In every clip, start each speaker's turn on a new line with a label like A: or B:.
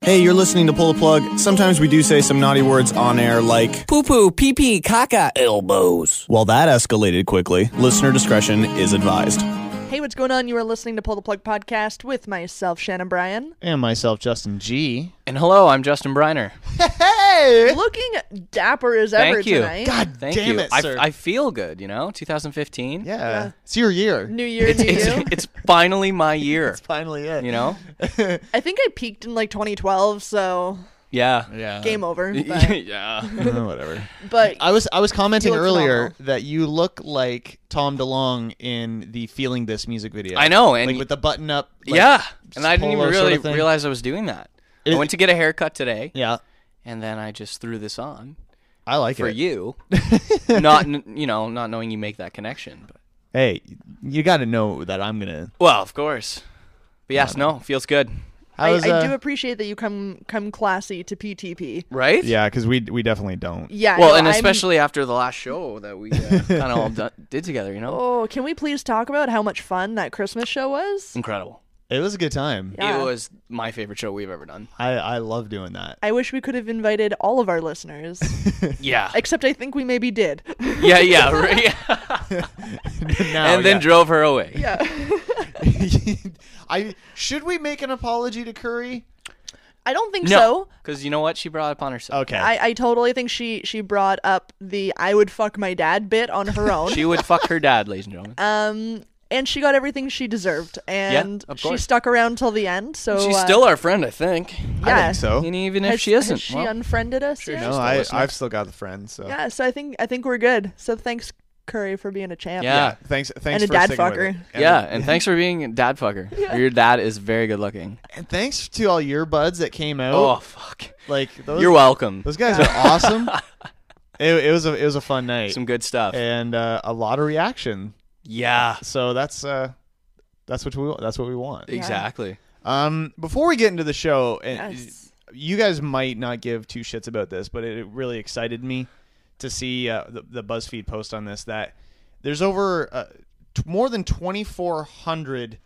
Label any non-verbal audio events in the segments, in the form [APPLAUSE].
A: Hey, you're listening to Pull the Plug. Sometimes we do say some naughty words on air like,
B: Poo poo, pee pee, caca, elbows.
A: well, that escalated quickly. Listener discretion is advised.
C: Hey, what's going on? You are listening to Pull the Plug podcast with myself, Shannon Bryan.
D: And myself, Justin G.
E: And hello, I'm Justin Briner.
D: Hey!
C: Looking dapper as ever
E: Thank you.
C: tonight.
D: God
E: Thank
D: damn
E: you.
D: it,
E: I,
D: sir.
E: I feel good, you know? 2015.
D: yeah. It's your year.
C: New year, new
E: It's,
C: you.
E: it's finally my year,
D: Finally it. [LAUGHS]
E: you know?
C: I think I peaked in like 2012, so
E: Yeah.
D: Yeah.
C: game
D: [LAUGHS]
C: over. But,
E: yeah.
A: Uh,
D: Oh, whatever.
C: but
D: I was I was commenting
C: You look
D: earlier
C: phenomenal.
D: that you look like Tom DeLonge in the Feeling This music video.
E: I know, and
D: like with the button up. like-
E: yeah. And I didn't
D: polo
E: even
D: sort
E: really
D: of thing.
E: realize I was doing that.
D: It-
E: I went to get a haircut today,
D: Yeah.
E: and then I just threw this on
D: I like
E: for
D: it. [LAUGHS]
E: you, not kn- you know, not knowing you make that connection. But,
D: Hey, you got to know that I'm gonna.
E: well, of course. But yes, no, feels good,
C: I,
D: How's,
C: I
D: uh,
C: do appreciate that you come come classy to PTP.
E: right?
D: Yeah, because we we definitely don't.
C: Yeah.
E: Well,
C: no,
E: and
C: I'm-
E: especially after the last show that we uh,
D: [LAUGHS]
E: kind of all done, did together, you know,
C: Oh, can we please talk about how much fun that Christmas show was?
E: incredible.
D: It was a good time.
C: Yeah.
E: It was my favorite show we've ever done.
D: I I love doing that.
C: I wish we could have invited all of our listeners,
E: [LAUGHS] Yeah.
C: except I think we maybe did.
E: yeah,
C: [LAUGHS]
E: yeah, right. yeah.
D: [LAUGHS] Now,
E: and then drove her away.
D: [LAUGHS]
C: yeah.
D: yeah. I should we make an apology to Curry?
C: I don't think so.
E: No. Because you know what? She brought it upon herself.
D: Okay.
C: I, I totally think she she brought up the I would fuck my dad bit on
E: [LAUGHS]
C: her own.
E: She would fuck her dad, ladies and gentlemen.
C: um and she got everything she deserved and
E: of
C: she
E: course.
C: stuck around till the end. [LAUGHS] So
E: She's
C: uh,
E: still our friend, I think.
C: yeah.
D: I think so.
E: And even if
C: Has-
E: she isn't,
C: has she
E: well,
C: unfriended us. yet?
D: No,
E: still
D: I,
E: listening.
D: I've still got the friend. So
C: Yeah, so I think I think we're good. So thanks Curry for being a champ.
E: Yeah.
D: Yeah, Thanks.
C: And
D: Thanks
C: a
D: for
C: dad
D: sticking with
C: fucker.
D: it. And- [LAUGHS]
E: yeah. And thanks for being a dad
C: [LAUGHS]
E: fucker. Your dad is very good looking.
D: And thanks to all your buds that came out.
E: Oh, fuck.
D: Like those,
E: You're welcome.
D: Those guys are
E: [LAUGHS]
D: awesome. it, it was a it was a fun night
E: Some good stuff.
D: and uh, a lot of reaction.
E: Yeah.
D: So that's uh, that's what we that's what we want.
E: Exactly.
D: Um, before we get into the show, and
C: Yes.
D: you guys might not give two shits about this, but it, it really excited me to see uh, the, the BuzzFeed post on this that there's over uh, t- more than 2,400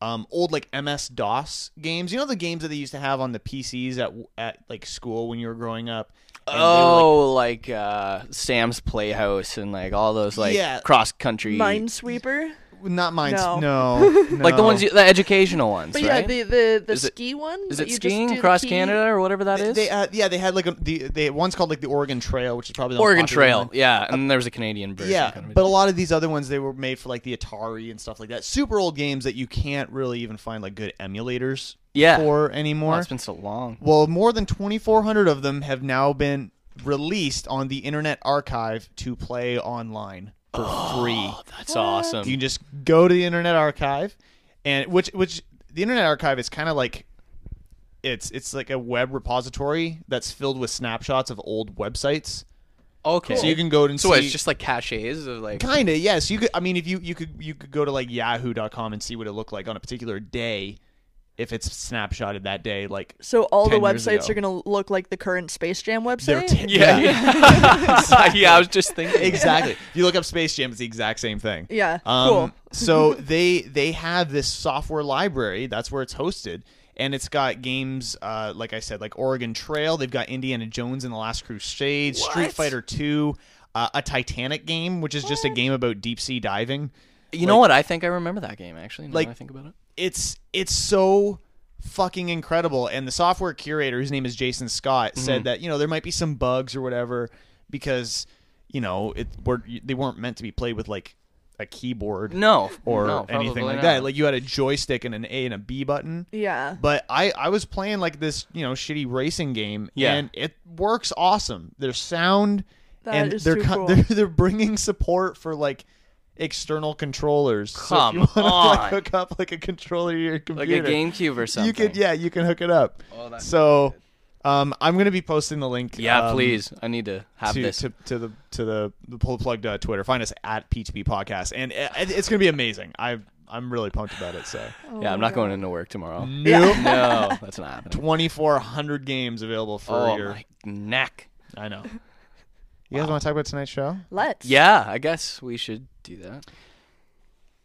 D: um, old like MS DOS games. You know the games that they used to have on the PCs at at like school when you were growing up. And they were, like,
E: Oh, like uh, Sam's Playhouse and like all those like
D: Yeah.
E: cross country,
C: Minesweeper.
D: not mine.
C: No.
D: No,
C: [LAUGHS]
D: no,
E: like the ones you, the educational ones,
C: But
E: right?
C: yeah, the the, the
E: Is it-
C: ski one.
E: is
C: that
E: it
C: you just do
E: skiing
C: the
E: across
C: key-
E: Canada or whatever that is?
D: They, uh, yeah, they had like a, the they one's called like the Oregon Trail, which is probably the most
E: Oregon
D: popular Uh,
E: Trail,
D: one.
E: yeah, and then there was a Canadian version.
D: Yeah,
E: kind of a-
D: but a lot of these other ones they were made for like the Atari and stuff like that. Super old games that you can't really even find like good emulators
E: Yeah.
D: for
E: Oh,
D: anymore.
E: it's been so long.
D: well, more than 2400 of them have now been released on the Internet Archive to play online
E: [GASPS]
D: for free.
E: Oh, That's awesome.
D: You can just go to the Internet Archive and which which the Internet Archive is kind of like it's it's like a web repository that's filled with snapshots of old websites.
E: okay,
D: So you can go and
E: Oh, So
D: see
E: what, it's just like caches of like.
D: Kinda, yes. You could. I mean, if you you could you could go to like Yahoo.com and see what it looked like on a particular day, if it's snapshotted that day. Like
C: So all the
D: 10 years
C: websites
D: ago.
C: are gonna look like the current Space Jam
D: they're
C: website.
D: t-
E: yeah, yeah. [LAUGHS] Yeah, I
C: [LAUGHS]
E: was just thinking.
D: exactly. If you look up Space Jam, it's the exact same thing.
C: Yeah,
D: Um,
C: cool.
D: so they they have this software library. That's where it's hosted, and it's got games. Uh, like I said, like Oregon Trail. They've got Indiana Jones and the Last Crusade, Street Fighter Two, uh, a Titanic game, which is just a game about deep sea diving.
E: You know what? I think I remember that game actually. Now
D: Like-
E: that I think about it.
D: it's it's so fucking incredible and the software curator whose name is jason scott
E: Mm-hmm.
D: said that you know there might be some bugs or whatever because you know it were they weren't meant to be played with like a keyboard
E: No,
D: or
E: no,
D: anything
E: probably
D: like
E: not.
D: that like you had a joystick and an a and a b button
C: yeah.
D: but i i was playing like this you know shitty racing game
E: Yeah.
D: and it works awesome there's sound
C: That
D: and
C: is
D: they're,
C: too
D: co-
C: cool.
D: [LAUGHS] they're they're bringing support for like external controllers so if you [LAUGHS]
E: Come
D: wanna, like,
E: on.
D: hook up like a controller to your
E: like
D: computer
E: a GameCube or something.
D: you could yeah you can hook it up so um, i'm going to be posting the link
E: Yeah,
D: um,
E: please. I need to have
D: to,
E: this.
D: to, to the to the, the pull the plug uh, twitter find us at p2p podcast and it, it's going to be amazing i i'm really pumped about it so
E: [LAUGHS] yeah, I'm not going into work tomorrow.
D: new [LAUGHS]
E: [LAUGHS] No, that's not happening.
D: 2400 games available for
E: Oh
D: your
E: my neck.
D: i know you guys want to talk about tonight's show
C: Let's.
E: Yeah, I guess we should do that.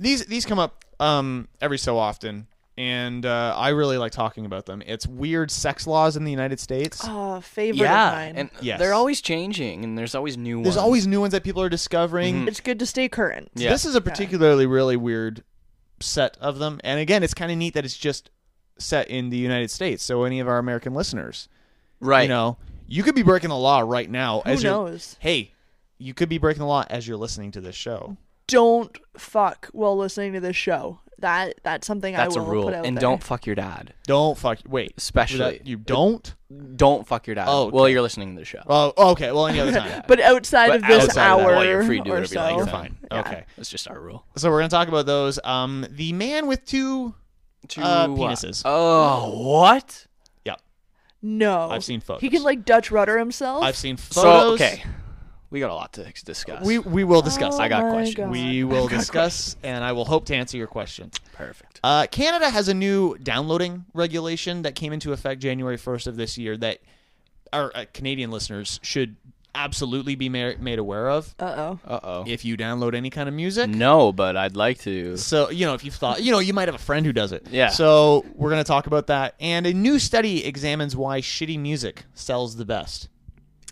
D: these these come up um every so often and uh, I really like talking about them. It's weird sex laws in the United States.
C: Oh, favorite of
E: yeah,
C: mine.
E: and
D: Yes.
E: they're always changing, and there's always new ones.
D: There's always new ones that people are discovering.
C: it's good to stay current.
E: Mm-hmm. Yeah.
D: This is a particularly really weird set of them. And again, it's kind of neat that it's just set in the United States. So any of our American listeners,
E: right.
D: you know, you could be breaking the law right now
C: Who
D: as you're-
C: knows?
D: Hey, you could be breaking the law as you're listening to this show.
C: Don't fuck while listening to this show. That that's something
E: That's
C: I
E: a
C: will
E: rule.
C: put out
E: And
C: there.
E: don't fuck your dad.
D: Don't fuck wait.
E: Especially-
D: without- you don't?
E: Don't fuck your dad.
D: Oh,
E: Oh,
D: okay.
E: well, you're listening to the show.
D: Oh, okay.
C: [LAUGHS]
D: Well,
E: [LAUGHS]
D: any other time.
C: But outside
E: But
C: of this
E: outside of that,
C: hour
E: while you're free to do
C: or
E: whatever you
C: so,
E: like, you're fine.
C: Yeah.
D: Okay.
E: That's just our rule.
D: So we're going to talk about those. Um the man with two
E: Two
D: Uh, penises.
E: Oh, what?
D: Yeah.
C: No,
D: I've seen photos.
C: He can like Dutch rudder himself.
D: I've seen
E: So
D: photos.
E: okay, we got a lot to discuss.
D: We we will discuss.
E: I got
C: Oh my
E: questions.
C: God.
D: we
E: [LAUGHS]
D: will discuss and I will hope to answer your question.
E: perfect.
D: Uh, Canada has a new downloading regulation that came into effect January 1st of this year that our uh, Canadian listeners should absolutely be ma- made aware of.
C: Uh oh.
E: Uh oh.
D: If you download any kind of music,
E: No, but I'd like to.
D: so you know if you've thought, you know, you might have a friend who does it.
E: Yeah.
D: So we're gonna talk about that, and a new study examines why shitty music sells the best.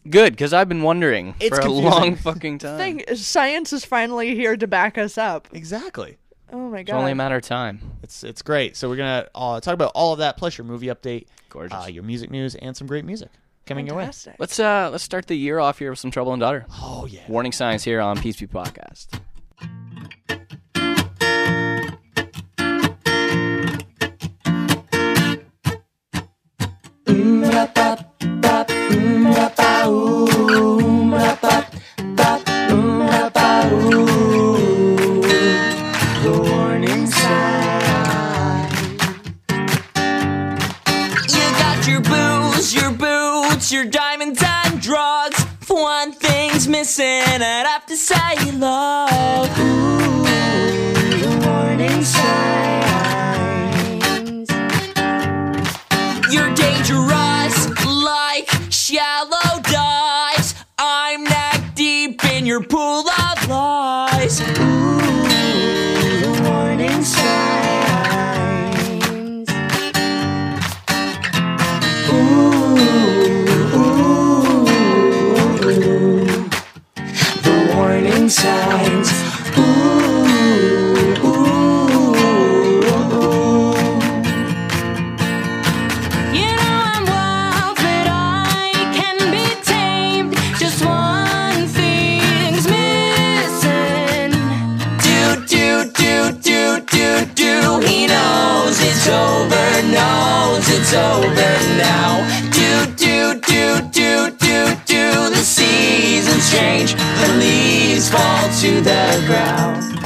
E: Good, because I've been wondering
D: It's
E: for
D: confusing.
E: a long fucking time.
C: Thing is, science is finally here to back us up.
D: Exactly.
C: Oh my
E: It's
C: god.
E: only a matter of time.
D: It's it's great. So we're gonna uh, talk about all of that plus your movie update,
E: Gorgeous.
D: uh, your music news, and some great music coming your way.
C: Fantastic.
E: Let's uh let's start the year off here with some trouble and daughter.
D: Oh yeah.
E: Warning signs here on Peace Be Podcast.
F: You got your booze, your boots, your diamonds and drugs. For one thing's missing, I'd have to say you love. Ooh, warning signs. You're dangerous, like shallow dives. I'm neck deep in your pool of lies. Ooh, warning signs. the warning signs. Ooh, ooh, ooh. You know I'm wild, but I can be tamed. Just one thing's missing. Do do do do do do. He knows it's over, knows it's over now. Do do do do do do. The seasons change, the leaves fall to the ground.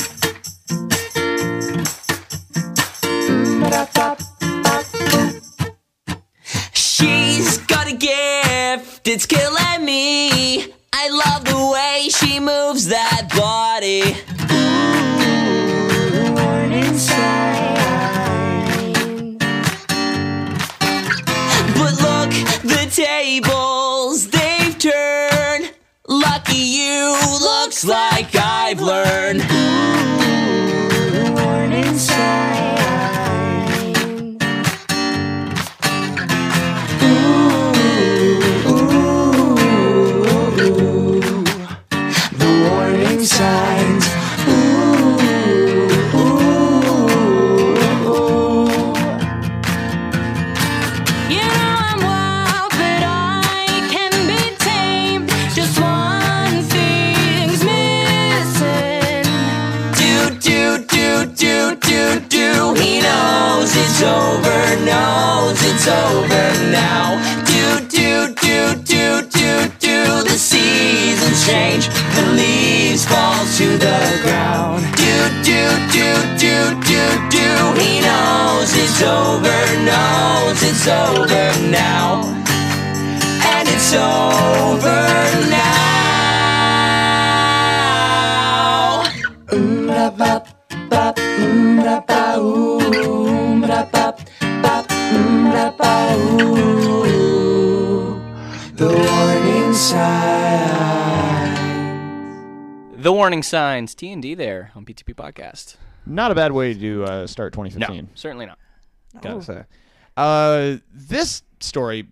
F: She's got a gift, it's killing me. I love the way she moves that body. Ooh, warning sign. But look, the tables they've turned. Lucky you, looks like I've learned. Ooh, warning sign. the warning signs. Ooh, ooh, ooh. You know I'm wild, but I can be tamed. Just one thing's missing. Do do do do do do. He knows it's over, knows it's over now. Do do do do do do. The seasons change, the leaves fall to the ground. Do do do do do do. He knows it's over, knows it's over now, and it's over now.
E: The warning signs, T and D there on PTP Podcast.
D: Not a bad way to uh, start 2015.
E: Certainly not.
C: Oh.
D: Gotta say. Uh, this story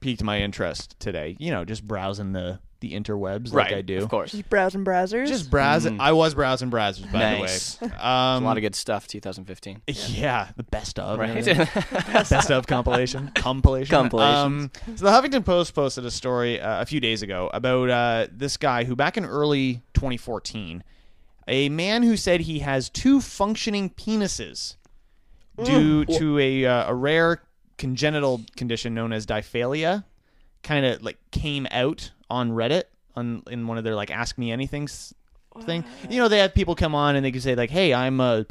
D: piqued my interest today. You know, just browsing the the interwebs like I do.
E: Of course.
C: Just browsing browsers.
D: Just browsing.
E: Mm.
D: I was browsing browsers, by
E: Nice.
D: the way. Um,
E: a lot of good stuff. 2015.
D: yeah, the best of. and
E: Right.
D: everything. [LAUGHS]
E: [LAUGHS]
D: best of compilation compilation
E: Compilations.
D: Um, so the huffington post posted a story uh, a few days ago about uh, this guy who back in early 2014 a man who said he has two functioning penises due
C: Mm.
D: to a, uh, a rare congenital condition known as diphalia kind of like came out on reddit on in one of their like ask me anything s- thing you know they have people come on and they can say like hey i'm a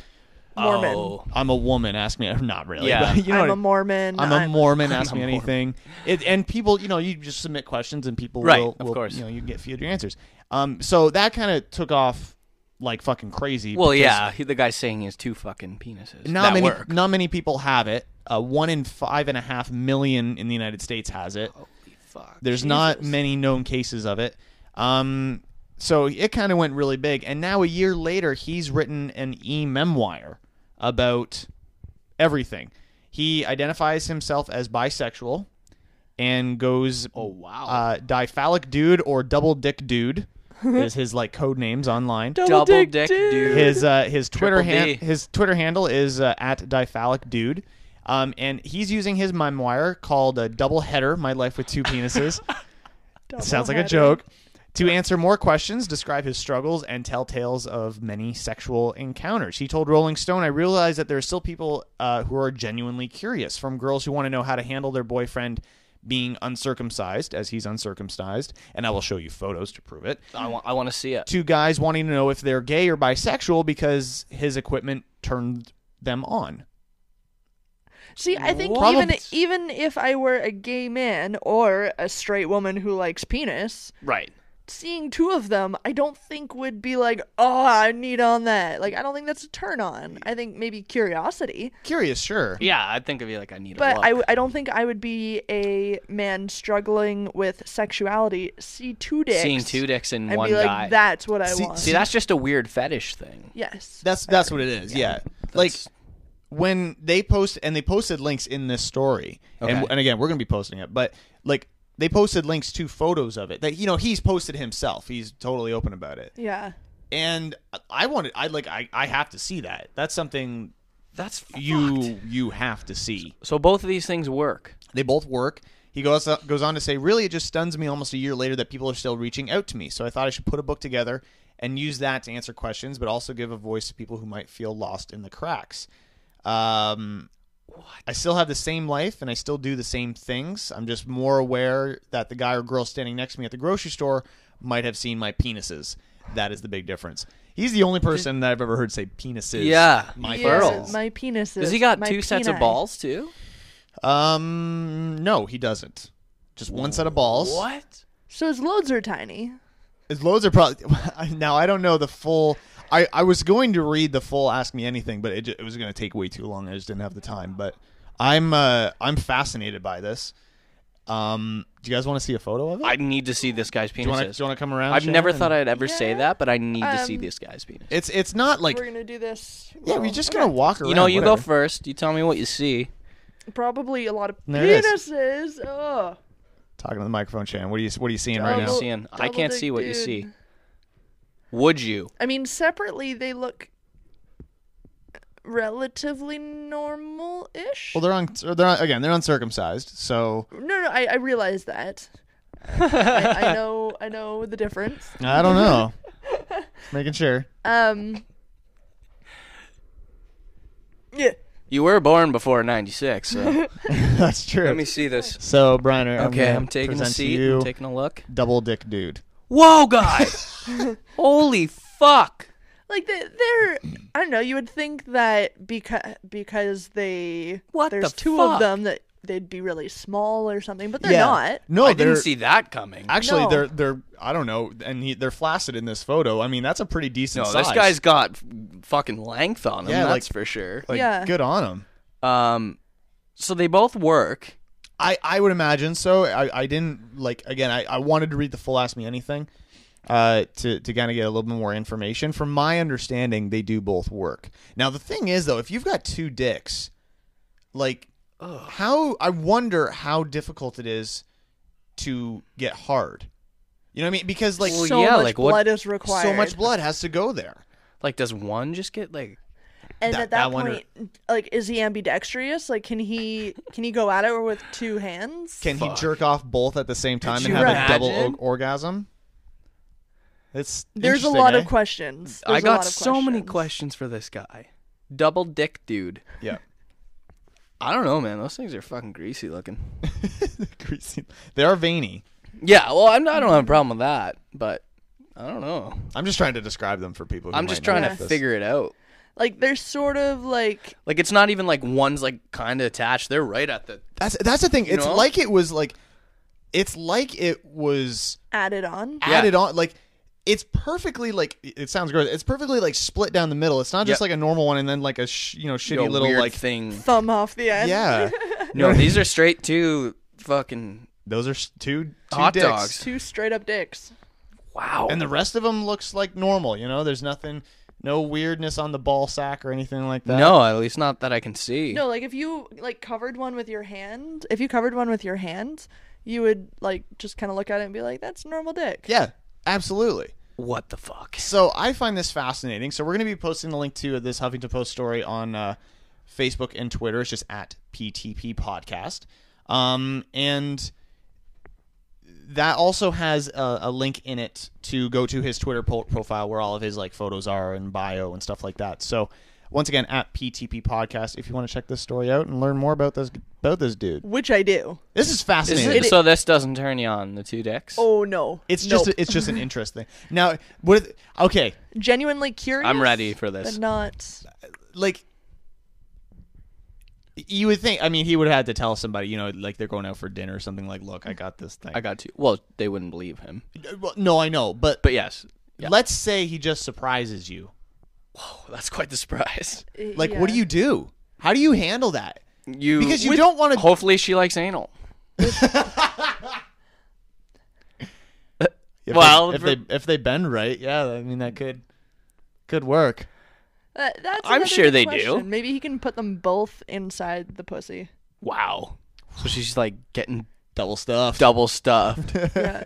C: Mormon.
E: Oh.
D: I'm a woman. Ask me. [LAUGHS] Not really.
E: Yeah.
D: But you know
C: I'm
D: what
C: a Mormon.
D: I'm a
E: [LAUGHS]
D: Mormon. Ask
E: a
D: me
E: Mormon.
D: anything. It, and people, you know, you just submit questions and people
E: Right,
D: will,
E: of
D: will-
E: course.
D: you know, you get few of your answers. Um, so that kind of took off like fucking crazy.
E: Well,
D: because
E: yeah, he, the guy's saying he has two fucking penises.
D: Not
E: that
D: many.
E: work.
D: Not many people have it. Uh, one in five and a half million in the United States has it.
E: Fuck.
D: There's not many known cases of it. Um, so it kind of went really big. And now a year later, he's written an e memoir about everything. He identifies himself as bisexual and goes, oh, wow. Uh, diphalic dude or double dick [LAUGHS] dude is his like code names online.
E: Double dick, dude.
D: His uh, his Twitter
E: Triple
D: han-
E: D.
D: his Twitter handle is uh, at diphalic dude, um, and he's using his memoir called uh, "Double Header: My Life with Two Penises." [LAUGHS] Sounds like a
C: Doubleheader.
D: joke. To answer more questions, describe his struggles, and tell tales of many sexual encounters. He told Rolling Stone, I realize that there are still people uh, who are genuinely curious, from girls who want to know how to handle their boyfriend being uncircumcised, as he's uncircumcised, and I will show you photos to prove it,
E: I want. I want to see it.
D: to guys wanting to know if they're gay or bisexual because his equipment turned them on.
C: See, I think
E: What?
C: even even if I were a gay man or a straight woman who likes penis,
E: Right.
C: seeing two of them, I don't think would be like, oh, I need on that. Like, I don't think that's a turn on. I think maybe curiosity,
D: Curious, sure.
E: Yeah, I think of you like I need.
C: but
E: a look.
C: I, w- I don't think I would be a man struggling with sexuality. See two dicks,
E: seeing two dicks in
C: and
E: one
C: be like,
E: guy.
C: that's what I
D: See-
C: want.
E: See, that's just a weird fetish thing.
C: yes,
D: That's that's what it is. Yeah. Like when they post and they posted links in this story. And
E: Okay.
D: and again, we're going to be posting it, but like they posted links to photos of it that you know he's posted himself. He's totally open about it.
C: yeah.
D: And I wanted I like I I have to see that. That's something
E: That's
D: you you have to see.
E: So both of these things work.
D: They both work. He goes uh, goes on to say, "Really, it just stuns me almost a year later that people are still reaching out to me. So I thought I should put a book together and use that to answer questions, but also give a voice to people who might feel lost in the cracks." Um, I still have the same life and I still do the same things. I'm just more aware that the guy or girl standing next to me at the grocery store might have seen my penises. That is the big difference. He's the only person that I've ever heard say penises.
E: Yeah.
D: my
C: Yeah,
D: penises.
C: my penis.
E: Does he got two sets of balls too?
D: Um, no, he doesn't. Just one set of balls.
E: What?
C: So his loads are tiny.
D: His loads are probably [LAUGHS] now. I don't know the full. I, I was going to read the full "Ask Me Anything," but it, ju- it was going to take way too long. I just didn't have the time. But I'm uh, I'm fascinated by this. Um, do you guys want to see a photo of it?
E: I need to see this guy's penises.
D: do you want to come around?
E: I've
D: Shannon,
E: never
D: and-
E: thought I'd ever say that, but I need to see
C: um,
E: this guy's penis.
D: It's it's not like
C: We're gonna do this.
D: yeah. We're just gonna walk around.
E: You know, you go
D: whatever.
E: first. You tell me what you see.
C: probably a lot of
D: There it is.
C: penises. Ugh.
D: talking to the microphone, Shannon. What are you What are you seeing right
E: I'm
D: now?
C: Double-
E: seeing. I
C: double
E: can't
C: dick
E: see what you
C: dude.
E: see. Would you?
C: I mean, separately they look relatively normal-ish.
D: Well, they're on. They're on, again. They're uncircumcised. So
C: no, no, I, I realize that. I, I know, I know the difference.
E: Uh.
D: I don't know. Making sure.
C: Um. Yeah.
E: [LAUGHS] You were born before '96, so
D: [LAUGHS] That's true.
E: let me see this.
D: So, Brian, I'm,
E: Okay,
D: gonna
E: I'm taking a
D: present to
E: seat.
D: You
E: I'm taking a look.
D: double dick dude.
E: Whoa, guy! [LAUGHS] Holy fuck!
C: Like they, they're, I don't know. You would think that because because they
E: What
C: there's
E: the
C: two
E: fuck?
C: of them that they'd be really small or something, but they're not.
D: No,
E: I
D: they're,
E: didn't see that coming.
D: Actually,
C: No.
D: they're they're I don't know, and he, they're flaccid in this photo. I mean, that's a pretty decent
E: no,
D: size.
E: this guy's got f- fucking length on him.
D: Yeah,
E: that's
D: like-
E: for sure.
D: like,
C: Yeah.
D: good on him.
E: Um, so they both work.
D: I I would imagine so. I, I didn't like again. I, I wanted to read the full "Ask Me Anything," uh, to to kind of get a little bit more information. From my understanding, they do both work. Now the thing is, though, if you've got two dicks, like how I wonder how difficult it is to get hard. You know what I mean? Because like
E: Well,
C: so
E: yeah,
C: much
E: like, what-
C: blood is required.
D: so much blood has to go there.
E: Like, does one just get like?
C: And
D: That-
C: at that
D: that one or-
C: point, like, is he ambidextrous? Like, can he can he go at it with two hands?
D: Can he jerk off both at the same time
E: you
D: and have a double
E: imagine?
D: o- orgasm? It's
C: There's a
D: interesting,
C: lot
D: eh?
C: of questions.
E: I
C: There's a
E: got
C: lot of
E: so many questions for this guy. Double dick dude.
D: Yeah,
E: I don't know, man. Those things are fucking greasy looking.
D: [LAUGHS] Greasy. They are veiny.
E: Yeah, well, I'm, I don't have a problem with that, but I don't know.
D: I'm just trying to describe them for people. Who
E: I'm
D: might
E: just
D: not
E: trying
D: get
E: to
D: this.
E: figure it out.
C: Like, there's sort of like
E: Like, it's not even like one's like kind of attached. They're right at the.
D: That's that's the thing. It's
E: know?
D: like it was like, it's like it was
C: added on.
E: Yeah.
D: added on. Like it's perfectly like it sounds gross. It's perfectly like split down the middle. It's not just
E: Yep.
D: like a normal one and then like a sh- you know shitty
E: Yo,
D: little
E: weird
D: like
E: thing.
C: Thumb off the end. [LAUGHS]
D: yeah.
E: No, these are straight to fucking
D: Those are s- two, two
E: Hot
D: dicks.
E: dogs.
C: Two straight up dicks.
E: wow.
D: and the rest of them looks like normal. You know, there's nothing, no weirdness on the ball sack or anything like that.
E: no, at least not that I can see.
C: No, like if you like covered one with your hand, if you covered one with your hand, you would like just kind of look at it and be like, "That's a normal dick."
D: Yeah, absolutely.
E: What the fuck?
D: So I find this fascinating. So we're going to be posting the link to this Huffington Post story on uh, Facebook and Twitter. It's just at PTP Podcast, um, and that also has a, a link in it to go to his Twitter po- profile where all of his like photos are and bio and stuff like that. So once again, at PTP Podcast, if you want to check this story out and learn more about this about this dude,
C: Which I do.
D: this is
E: Is
D: fascinating.
E: it- so this doesn't turn you on the two dicks?
C: Oh no.
D: it's
C: Nope.
D: just it's just an [LAUGHS] interest thing. Now, what? If, okay,
C: genuinely curious.
E: I'm ready for
C: But
E: this.
C: not.
D: like you would think i mean he would have had to tell somebody you know like they're going out for dinner or something like look i got this thing
E: Mm.
D: Uh,
E: I got two. Well, they wouldn't believe him.
D: Well, no i know but,
E: But yes, yeah.
D: let's say he just surprises you
E: that's quite the
C: [LAUGHS]
E: surprise.
D: like what do
C: yeah.
D: you do how do you handle that
E: You
D: because you don't want to
E: Hopefully, she likes anal. well,
D: if they if they bend right yeah i mean that could could work
C: That- Uh, that's
E: I'm
C: another
E: sure
C: good
E: they do.
C: question. Maybe he can put them both inside the pussy.
E: wow. So she's like getting
D: double stuff [LAUGHS]
E: double stuffed.
C: Yeah.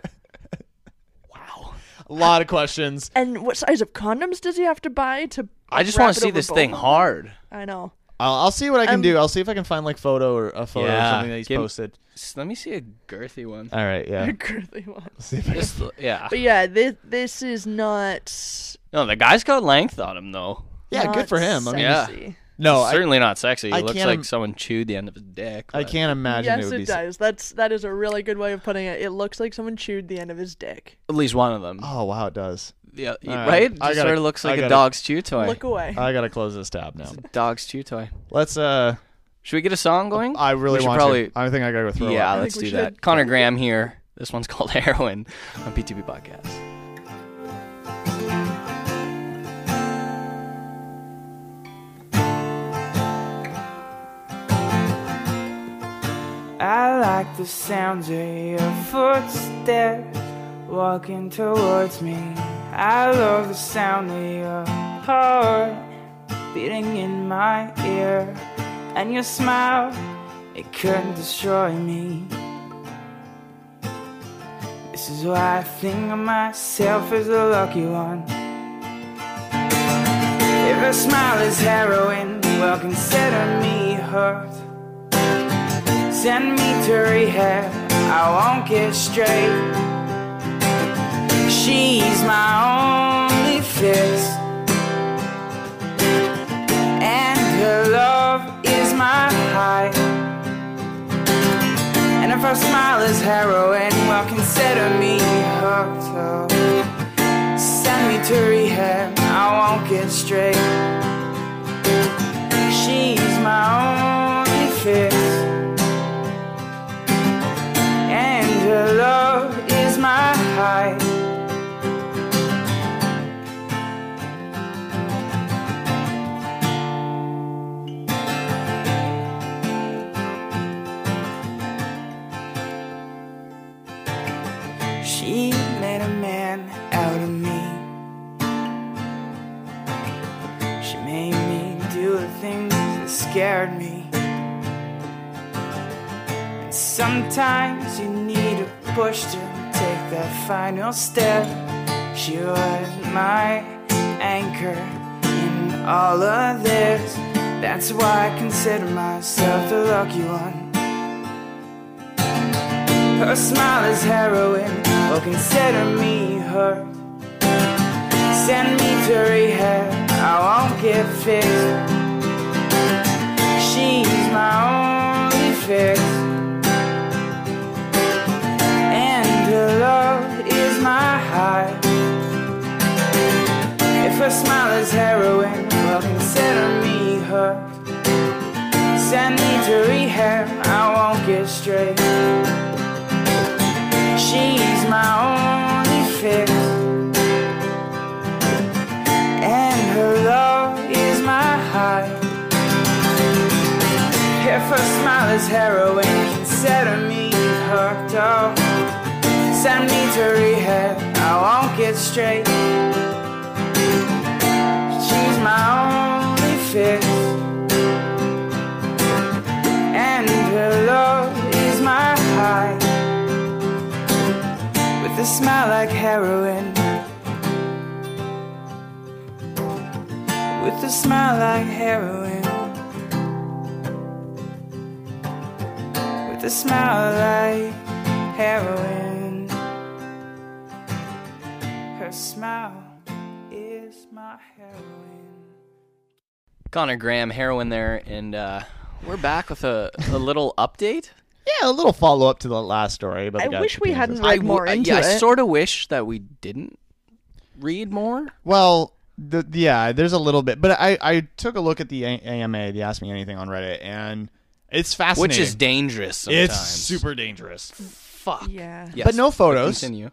E: wow.
D: a lot of questions
C: and what size of condoms does he have to buy to?
E: I just
C: wrap
E: want
C: it
E: to see
C: over
E: this
C: both?
E: thing hard.
C: I know.
D: I'll, I'll see what i can
C: Um,
D: do i'll see if i can find like photo or a photo or
E: Yeah.
D: something that he's
C: [LAUGHS]
E: Give-
D: posted
E: S- Let me see a girthy one.
D: all right
E: [LAUGHS]
D: yeah [LAUGHS]
C: Girthy one.
E: Just l- yeah.
C: [LAUGHS] But yeah, this this is not.
E: No, the guy's got length on him though.
D: yeah
C: not
D: good for him i mean
E: Yeah.
C: sexy.
D: no I,
E: Certainly not sexy. It
D: I
E: looks
D: can't
E: like
D: im-
E: someone chewed the end of his dick.
D: I
E: but-
D: can't imagine
C: Yes,
D: it would
C: it
D: be
C: does. That's that is a really good way of putting it. It looks like someone chewed the end of his dick.
E: At least one of them.
D: Oh wow, it does.
E: yeah.
D: all right.
E: Right.
D: I
E: Just
D: gotta-
E: sort of looks
D: I
E: like a
D: gotta-
E: dog's chew toy.
C: Look away.
D: I gotta close this tab now.
E: dog's chew toy.
D: Let's. uh
E: Should we get a song going?
D: I really
E: We should
D: want
E: probably-
D: to. I think I gotta go throw
E: yeah,
D: up.
E: let's
C: we
E: do
C: should.
E: that. Connor Graham here. This one's [LAUGHS] called Heroin on PTB Podcast.
G: I like the sound of your footsteps walking towards me. I love the sound of your heart beating in my ear. And your smile, it couldn't destroy me. This is why I think of myself as a lucky one. If a smile is heroin, well, consider me hurt. Send me to rehab, I won't get straight. She's my only fix, and her love is my high. And if her smile is heroin, well, consider me hooked. Oh, Send me to rehab, I won't get straight. She's my only fix. And your love is my high. She made a man out of me. She made me do the things that scared me. Sometimes you need a push to take that final step. She was my anchor in all of this. That's why I consider myself the lucky one. Her smile is heroin, oh, consider me her. Send me to rehab, I won't get fixed. She's my only fix. And her love is my high. If her smile is heroin, well, consider me her. Send me to rehab, I won't get straight. She's my only fix. And her love is my high. If her smile is heroin, consider me hooked up. Send me to rehab, I won't get straight. She's my only fix. And her love is my high. With a smile like heroin. With a smile like heroin. with a smile like heroin. Her smile is my heroin.
E: Connor Graham, heroin there, and uh, we're back with a, a little [LAUGHS] update.
D: Yeah, a little follow up to the last story. But
C: I wish we hadn't
E: I
C: read more
E: w-
C: into
E: yeah, I
C: it.
E: sort of wish that we didn't read more.
D: Well, the, yeah, there's a little bit, but I, I took a look at the A- AMA, the Ask Me Anything on Reddit, and it's fascinating.
E: which is dangerous sometimes.
D: it's super dangerous.
E: fuck.
C: Yeah.
E: Yes,
D: But no photos.
E: Continue.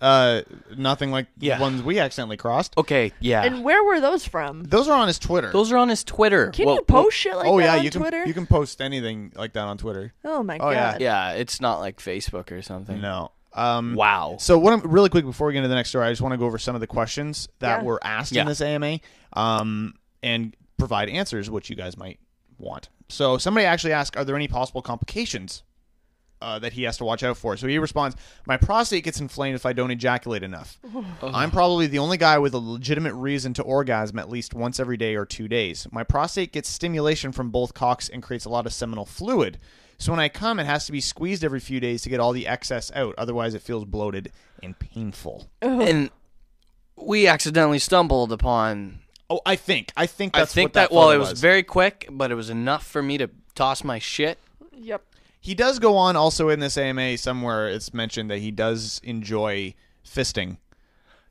D: Uh, nothing like
E: Yeah.
D: the ones we accidentally crossed.
E: Okay, yeah.
C: And where were those from?
D: Those are on his Twitter.
E: Those are on his Twitter.
C: Can
E: Well,
C: you post shit like
D: oh
C: that
D: yeah,
C: on
D: you can
C: Twitter?
D: you can post anything like that on Twitter.
C: Oh my
D: Oh, yeah.
C: god.
E: Yeah, it's not like Facebook or something.
D: No. Um,
E: Wow.
D: So what? I'm, really quick before we get into the next story, I just want to go over some of the questions that
C: Yeah.
D: were asked
E: Yeah.
D: in this AMA, um, and provide answers which you guys might want. So somebody actually asked, "Are there any possible complications uh, that he has to watch out for?" So he responds, "My prostate gets inflamed if I don't ejaculate enough. I'm probably the only guy with a legitimate reason to orgasm at least once every day or two days. My prostate gets stimulation from both cocks and creates a lot of seminal fluid." So when I come, it has to be squeezed every few days to get all the excess out. Otherwise, it feels bloated and painful.
E: And we accidentally stumbled upon.
D: Oh, I think, I think that's
E: I think
D: what that.
E: well,
D: photo
E: it was, very quick, but it was enough for me to toss my shit.
C: Yep.
D: He does go on also in this AMA somewhere. It's mentioned that he does enjoy fisting.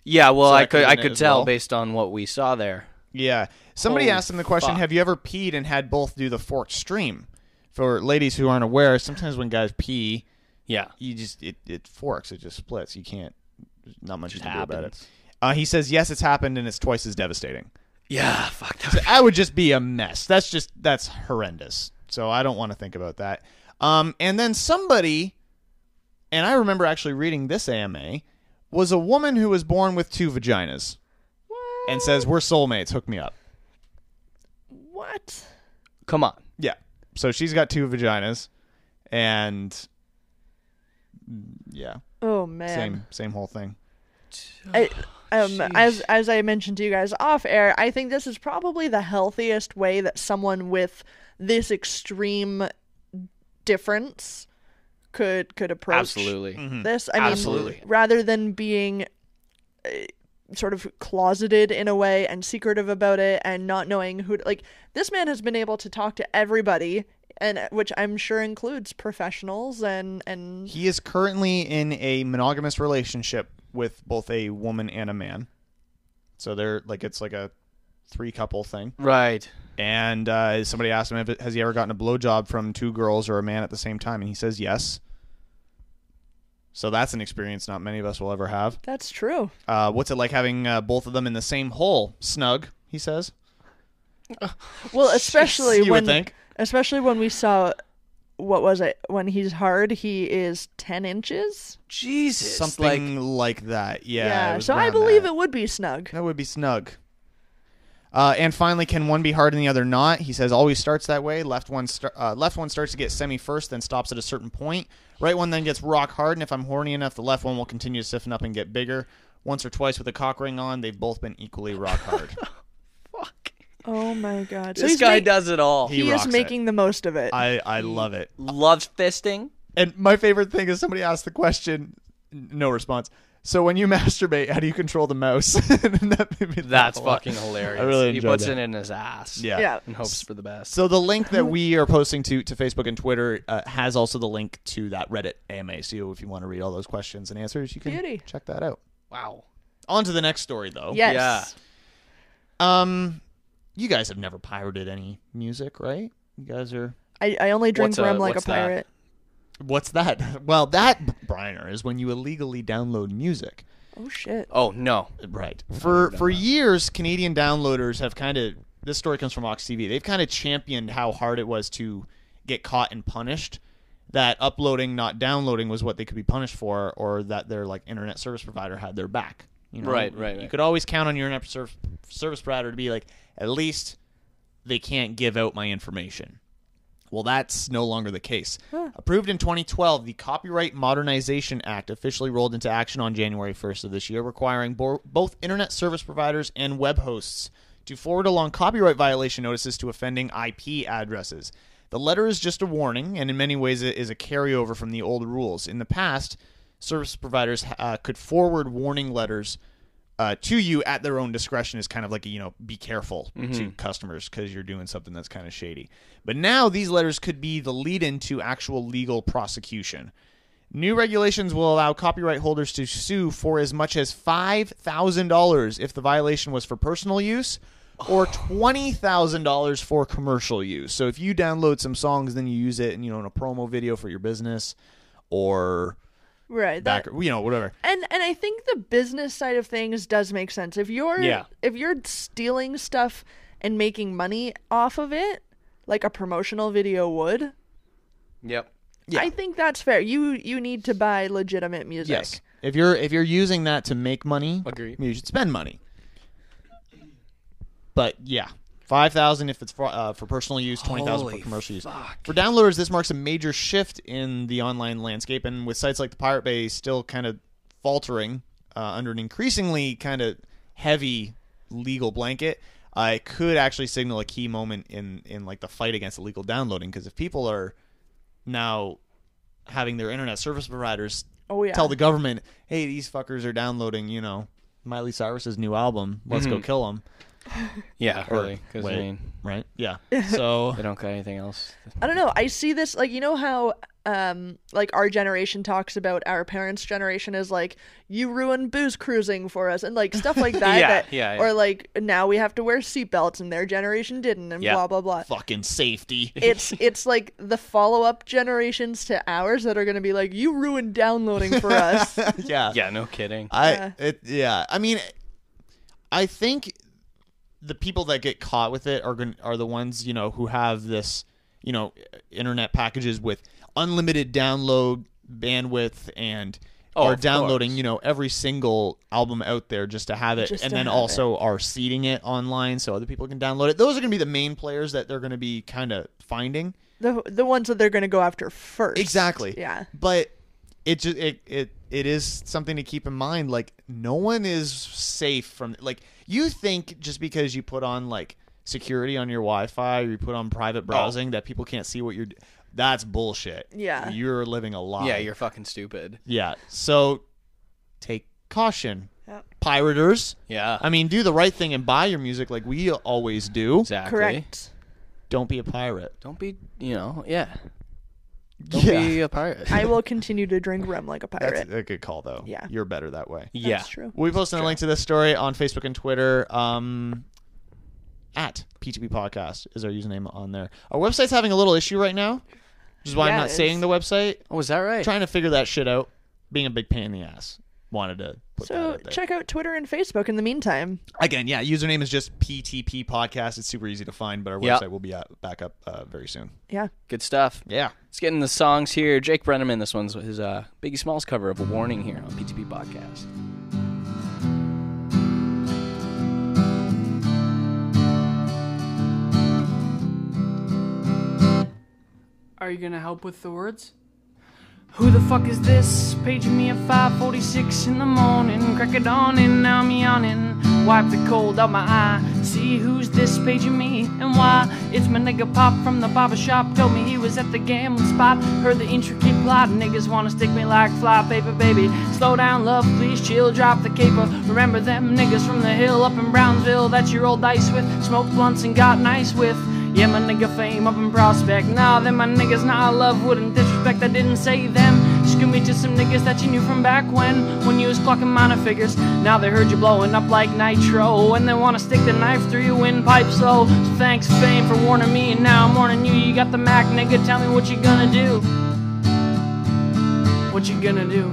E: Yeah, well,
D: So
E: I
D: that could've
E: could I
D: been it
E: could
D: as
E: tell
D: well.
E: based on what we saw there.
D: Yeah. Somebody
E: Holy
D: asked him the question,
E: fuck.
D: "Have you ever peed and had both do the forked stream?" For ladies who aren't aware, sometimes when guys pee,
E: Yeah,
D: you just it, it forks, it just splits. You can't. There's not much you can do about it.
E: happens.
D: Uh, he says, "Yes, it's happened, and it's twice as devastating."
E: yeah, fuck that.
D: I would just be a mess. That's just that's horrendous. So I don't want to think about that. Um, and then somebody, and I remember actually reading this AMA, was a woman who was born with two vaginas, and says we're soulmates. Hook me up.
C: What?
E: Come on,
D: Yeah. So she's got two vaginas, and yeah,
C: Oh man.
D: same same whole thing.
C: I, um, as as I mentioned to you guys off air, I think this is probably the healthiest way that someone with this extreme difference could could approach
E: absolutely.
C: this. I mean,
E: Absolutely.
C: rather than being uh, sort of closeted in a way and secretive about it and not knowing who, to, like this man has been able to talk to everybody, and uh, which I'm sure includes professionals and and
D: He is currently in a monogamous relationship with both a woman and a man. So they're like it's like a three couple thing.
E: Right.
D: And uh, somebody asked him if has he ever gotten a blowjob from two girls or a man at the same time, and he says yes. So that's an experience not many of us will ever have.
C: that's true.
D: Uh, what's it like having uh, both of them in the same hole, snug? He says.
C: Well, especially
D: You would
C: when
D: think.
C: especially when we saw what was it when he's hard he is 10 inches
E: Jesus,
D: Something like, that. Yeah. it was
C: so i
D: around
C: believe
D: that.
C: it would be snug
D: That would be snug. Uh, and finally, can one be hard and the other not? He says always starts that way. Left one, star- uh, left one starts to get semi first, then stops at a certain point. Right one then gets rock hard, and if I'm horny enough, the left one will continue to stiffen up and get bigger. Once or twice with a cock ring on, they've both been equally rock hard.
E: Fuck.
C: Oh my god. So
E: This
C: he's
E: guy
C: make-
E: does it all.
D: He
C: He
D: rocks
C: is
D: it.
C: making the most of it.
D: I, I love it.
E: loves fisting.
D: And my favorite thing is somebody asked the question, n- no response. So when you [LAUGHS] masturbate, how do you control the mouse? [LAUGHS] And that made me laugh
E: That's
D: a lot.
E: fucking hilarious.
D: I really
E: he
D: enjoyed
E: puts
D: that.
E: it in his ass.
D: Yeah.
C: yeah.
E: And hopes for the best.
D: So the link that we are posting to to Facebook and Twitter uh, has also the link to that Reddit AMA. So if you want to read all those questions and answers, you can
C: Beauty.
D: check that out.
E: Wow.
D: On to the next story, though.
C: Yes.
D: Um, you guys have never pirated any music, right? You guys are.
C: I, I only drink
E: What's a-
C: rum like a
E: what's that?
C: pirate.
D: What's that? [LAUGHS] Well, that Briner is when you illegally download music.
C: [LAUGHS] Oh [LAUGHS] shit.
E: Oh no.
D: Right. For for years, Canadian downloaders have kind of this story comes from Vox TV. They've kind of championed how hard it was to get caught and punished. That uploading, not downloading, was what they could be punished for, or that their like internet service provider had their back. You know,
E: Right, right,
D: You
E: right.
D: could always count on your internet service service provider to be like, at least they can't give out my information. Well, that's no longer the case. Approved in 2012, the Copyright Modernization Act officially rolled into action on January 1st of this year, requiring bo- both internet service providers and web hosts to forward along copyright violation notices to offending IP addresses. The letter is just a warning, and in many ways, it is a carryover from the old rules. In the past, service providers uh, could forward warning letters uh, to you at their own discretion is kind of like a, you know be careful to customers because you're doing something that's kind of shady. But now these letters could be the lead-in to actual legal prosecution. New regulations will allow copyright holders to sue for as much as five thousand dollars if the violation was for personal use, or twenty thousand dollars for commercial use. So if you download some songs, then you use it, and you know in a promo video for your business, or
C: Right. That,
D: back, you know whatever.
C: and and I think the business side of things does make sense. If you're
D: Yeah.
C: if you're stealing stuff and making money off of it, like a promotional video would,
E: Yep.
C: I think that's fair. You you need to buy legitimate music.
D: Yes. If you're if you're using that to make money,
E: Agreed.
D: you should spend money. But yeah, five thousand if it's for, uh, for personal use, twenty thousand for
E: Holy
D: commercial use.
E: fuck.
D: For downloaders, this marks a major shift in the online landscape, and with sites like the Pirate Bay still kind of faltering uh, under an increasingly kind of heavy legal blanket, uh, it could actually signal a key moment in in like the fight against illegal downloading. Because if people are now having their internet service providers
C: Oh, yeah.
D: tell the government, "Hey, these fuckers are downloading," you know, Miley Cyrus's new album. Let's go kill them.
E: Mm-hmm.
C: [LAUGHS]
E: Yeah. Really. Because I
D: wait.
E: mean,
D: Right?
E: [LAUGHS]
D: Yeah. So
E: they don't got anything else.
C: I don't know. I see this like you know how um like our generation talks about our parents' generation is like you ruined booze cruising for us and like stuff
E: [LAUGHS]
C: like that.
E: Yeah,
C: that-
E: yeah, yeah.
C: Or like now we have to wear seatbelts and their generation didn't and
E: Yeah.
C: blah
E: [LAUGHS]
C: blah blah.
D: fucking safety. [LAUGHS]
C: It's it's like the follow up generations to ours that are gonna be like you ruined downloading
E: [LAUGHS]
C: for us.
D: [LAUGHS] yeah.
E: Yeah. No kidding.
D: I
C: Yeah.
D: it yeah. I mean, I think the people that get caught with it are going are the ones you know who have this you know internet packages with unlimited download bandwidth and
E: Oh,
D: are
E: of
D: downloading
E: course.
D: you know every single album out there just to have it
C: Just
D: and
C: to
D: then
C: have
D: also are seeding it online so other people can download it those are going to be the main players that they're going to be kind of finding
C: the the ones that they're gonna go after first.
D: Exactly.
C: Yeah.
D: But it just it it it is something to keep in mind. Like no one is safe from like you think just because you put on like security on your Wi-Fi or you put on
E: Oh.
D: private browsing that people can't see what you're. d- That's bullshit.
C: Yeah.
D: You're living a lie.
E: Yeah. You're fucking stupid.
D: Yeah. So take caution,
C: Yeah.
D: piraters.
E: Yeah.
D: I mean, do the right thing and buy your music like we always do.
E: exactly.
C: Correct.
D: Don't be a pirate.
E: Don't be. You know. Yeah. Don't be a pirate.
C: I
E: [LAUGHS]
C: will continue to drink rum like a
D: That's
C: pirate.
D: a good call though.
C: Yeah.
D: You're better that way.
E: yeah.
C: That's true.
D: We'll be posting a link to this story on Facebook and Twitter. Um, at PTP Podcast is our username on there. Our website's having a little issue right now, which is why
C: Yeah,
D: I'm not
C: it
D: saying
C: is.
D: the website.
E: Oh, is that right?
D: Trying to figure that shit out. Being a big pain in the ass. Wanted to put that
C: So
D: out there.
C: check out Twitter and Facebook in the meantime.
D: Again, yeah, username is just PTP Podcast. It's super easy to find, but our
E: Yeah.
D: website will be out, back up uh, very soon.
C: Yeah.
E: Good stuff.
D: Yeah.
E: Let's get in the songs here. Jake Brenneman, this one's his uh, Biggie Smalls cover of a warning here on PTP Podcast.
H: Are you gonna help with the words? Who the fuck is this? Paging me at 5:46 in the morning, crack it on and now I'm yawning. Wipe the cold out my eye. See who's this paging me and why? It's my nigga Pop from the barber shop. Told me he was at the gambling spot. Heard the intricate plot. Niggas wanna stick me like fly paper, baby. Slow down, love, please chill. Drop the caper. Remember them niggas from the hill up in Brownsville that you rolled dice with, smoked blunts and got nice with. Yeah, my nigga fame up in prospect. Nah, them my niggas, nah, I love wouldn't disrespect. I didn't say them. Just give me just some niggas that you knew from back when, when you was clocking minor figures. Now they heard you blowing up like nitro, and they wanna stick the knife through your windpipe. So, so thanks fame for warning me, and now I'm warning you. You got the Mac, nigga. Tell me what you gonna do. What you gonna do?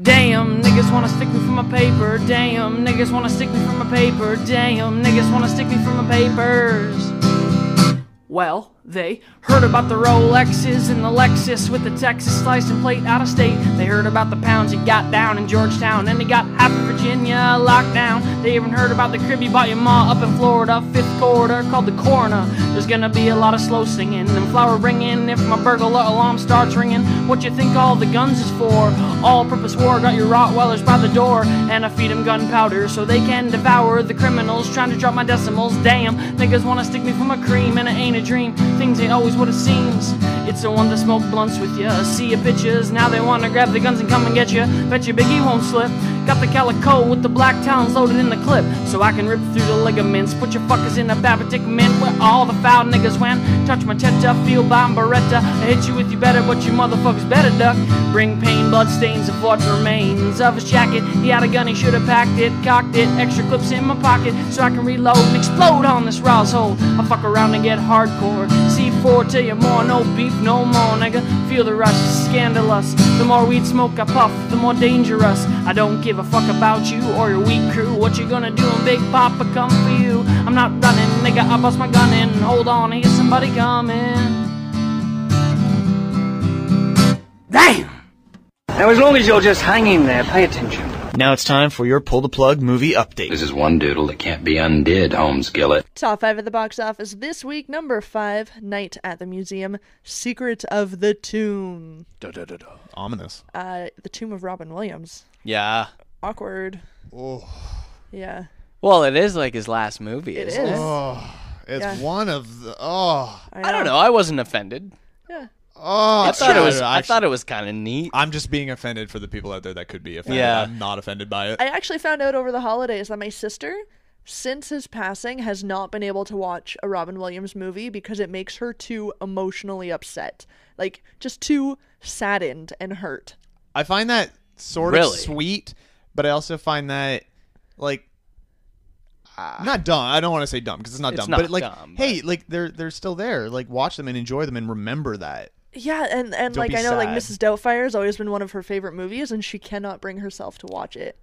H: Damn, niggas wanna stick me from a paper. Damn, niggas wanna stick me from a paper. Damn, niggas wanna stick me from a papers. Well, they heard about the Rolexes and the Lexus with the Texas sliced and plate out of state. They heard about the pounds he got down in Georgetown and he got half of Virginia locked down. They even heard about the crib you bought your ma up in Florida, fifth corridor called the coroner. There's gonna be a lot of slow singing and flower ringing if my burglar alarm starts ringing. What you think all the guns is for? All purpose war got your Rottweilers by the door and I feed 'em gunpowder so they can devour the criminals trying to drop my decimals. Damn, niggas wanna stick me from a cream and it ain't a dream. Things ain't always what it seems. It's the one that smoke blunts with ya. See your bitches, now they wanna grab the guns and come and get ya. Bet your biggie won't slip. Got the calico with the black talons loaded in the clip, so I can rip through the ligaments. Put your fuckers in a Babatic mint where all the foul niggas went. Touch my teta, feel by Beretta. I hit you with you better, but you motherfuckers better duck. Bring pain, blood stains of what remains of his jacket. He had a gun, he should have packed it, cocked it. Extra clips in my pocket, so I can reload and explode on this Ross hole. I fuck around and get hardcore. C4 till you more, no beef, no more, nigga. Feel the rush, it's scandalous. The more weed smoke I puff, the more dangerous. I don't give a fuck about you or your weak crew. What you gonna do when Big Papa come for you? I'm not running, nigga. I bust my gun in. Hold on, here's somebody coming. Damn!
I: Now, as long as you're just hanging there,
C: [LAUGHS]
I: pay attention.
D: Now it's time for your pull the plug movie update.
J: This is one doodle that can't be undid, Holmes Gillett.
C: Top five at the box office this week. Number five, Night at the Museum, Secret of the Tomb.
D: Ominous.
C: Uh, the Tomb of Robin Williams.
E: Yeah.
C: Awkward.
D: Oh,
C: Yeah.
E: Well, it is like his last movie.
C: It
E: It
C: is.
E: is. It?
D: oh, It's
C: Yeah.
D: one of the oh
E: I don't know. I wasn't offended.
C: Yeah.
D: oh.
E: I thought it was. I thought it was kind of neat.
D: I'm just being offended for the people out there that could be offended.
E: Yeah.
D: I'm not offended by it.
C: I actually found out over the holidays that my sister, since his passing, has not been able to watch a Robin Williams movie because it makes her too emotionally upset. Like, just too saddened and hurt.
D: I find that sort of
E: Really?
D: sweet, but I also find that like uh, not dumb. I don't want to say dumb because it's not
E: It's
D: dumb,
E: not
D: but like
E: dumb, but-
D: hey, like they're they're still there. Like watch them and enjoy them and remember that.
C: Yeah, and, and
D: Don't
C: like
D: be
C: I know like Mrs.
D: sad.
C: Doubtfire has always been one of her favorite movies and she cannot bring herself to watch it.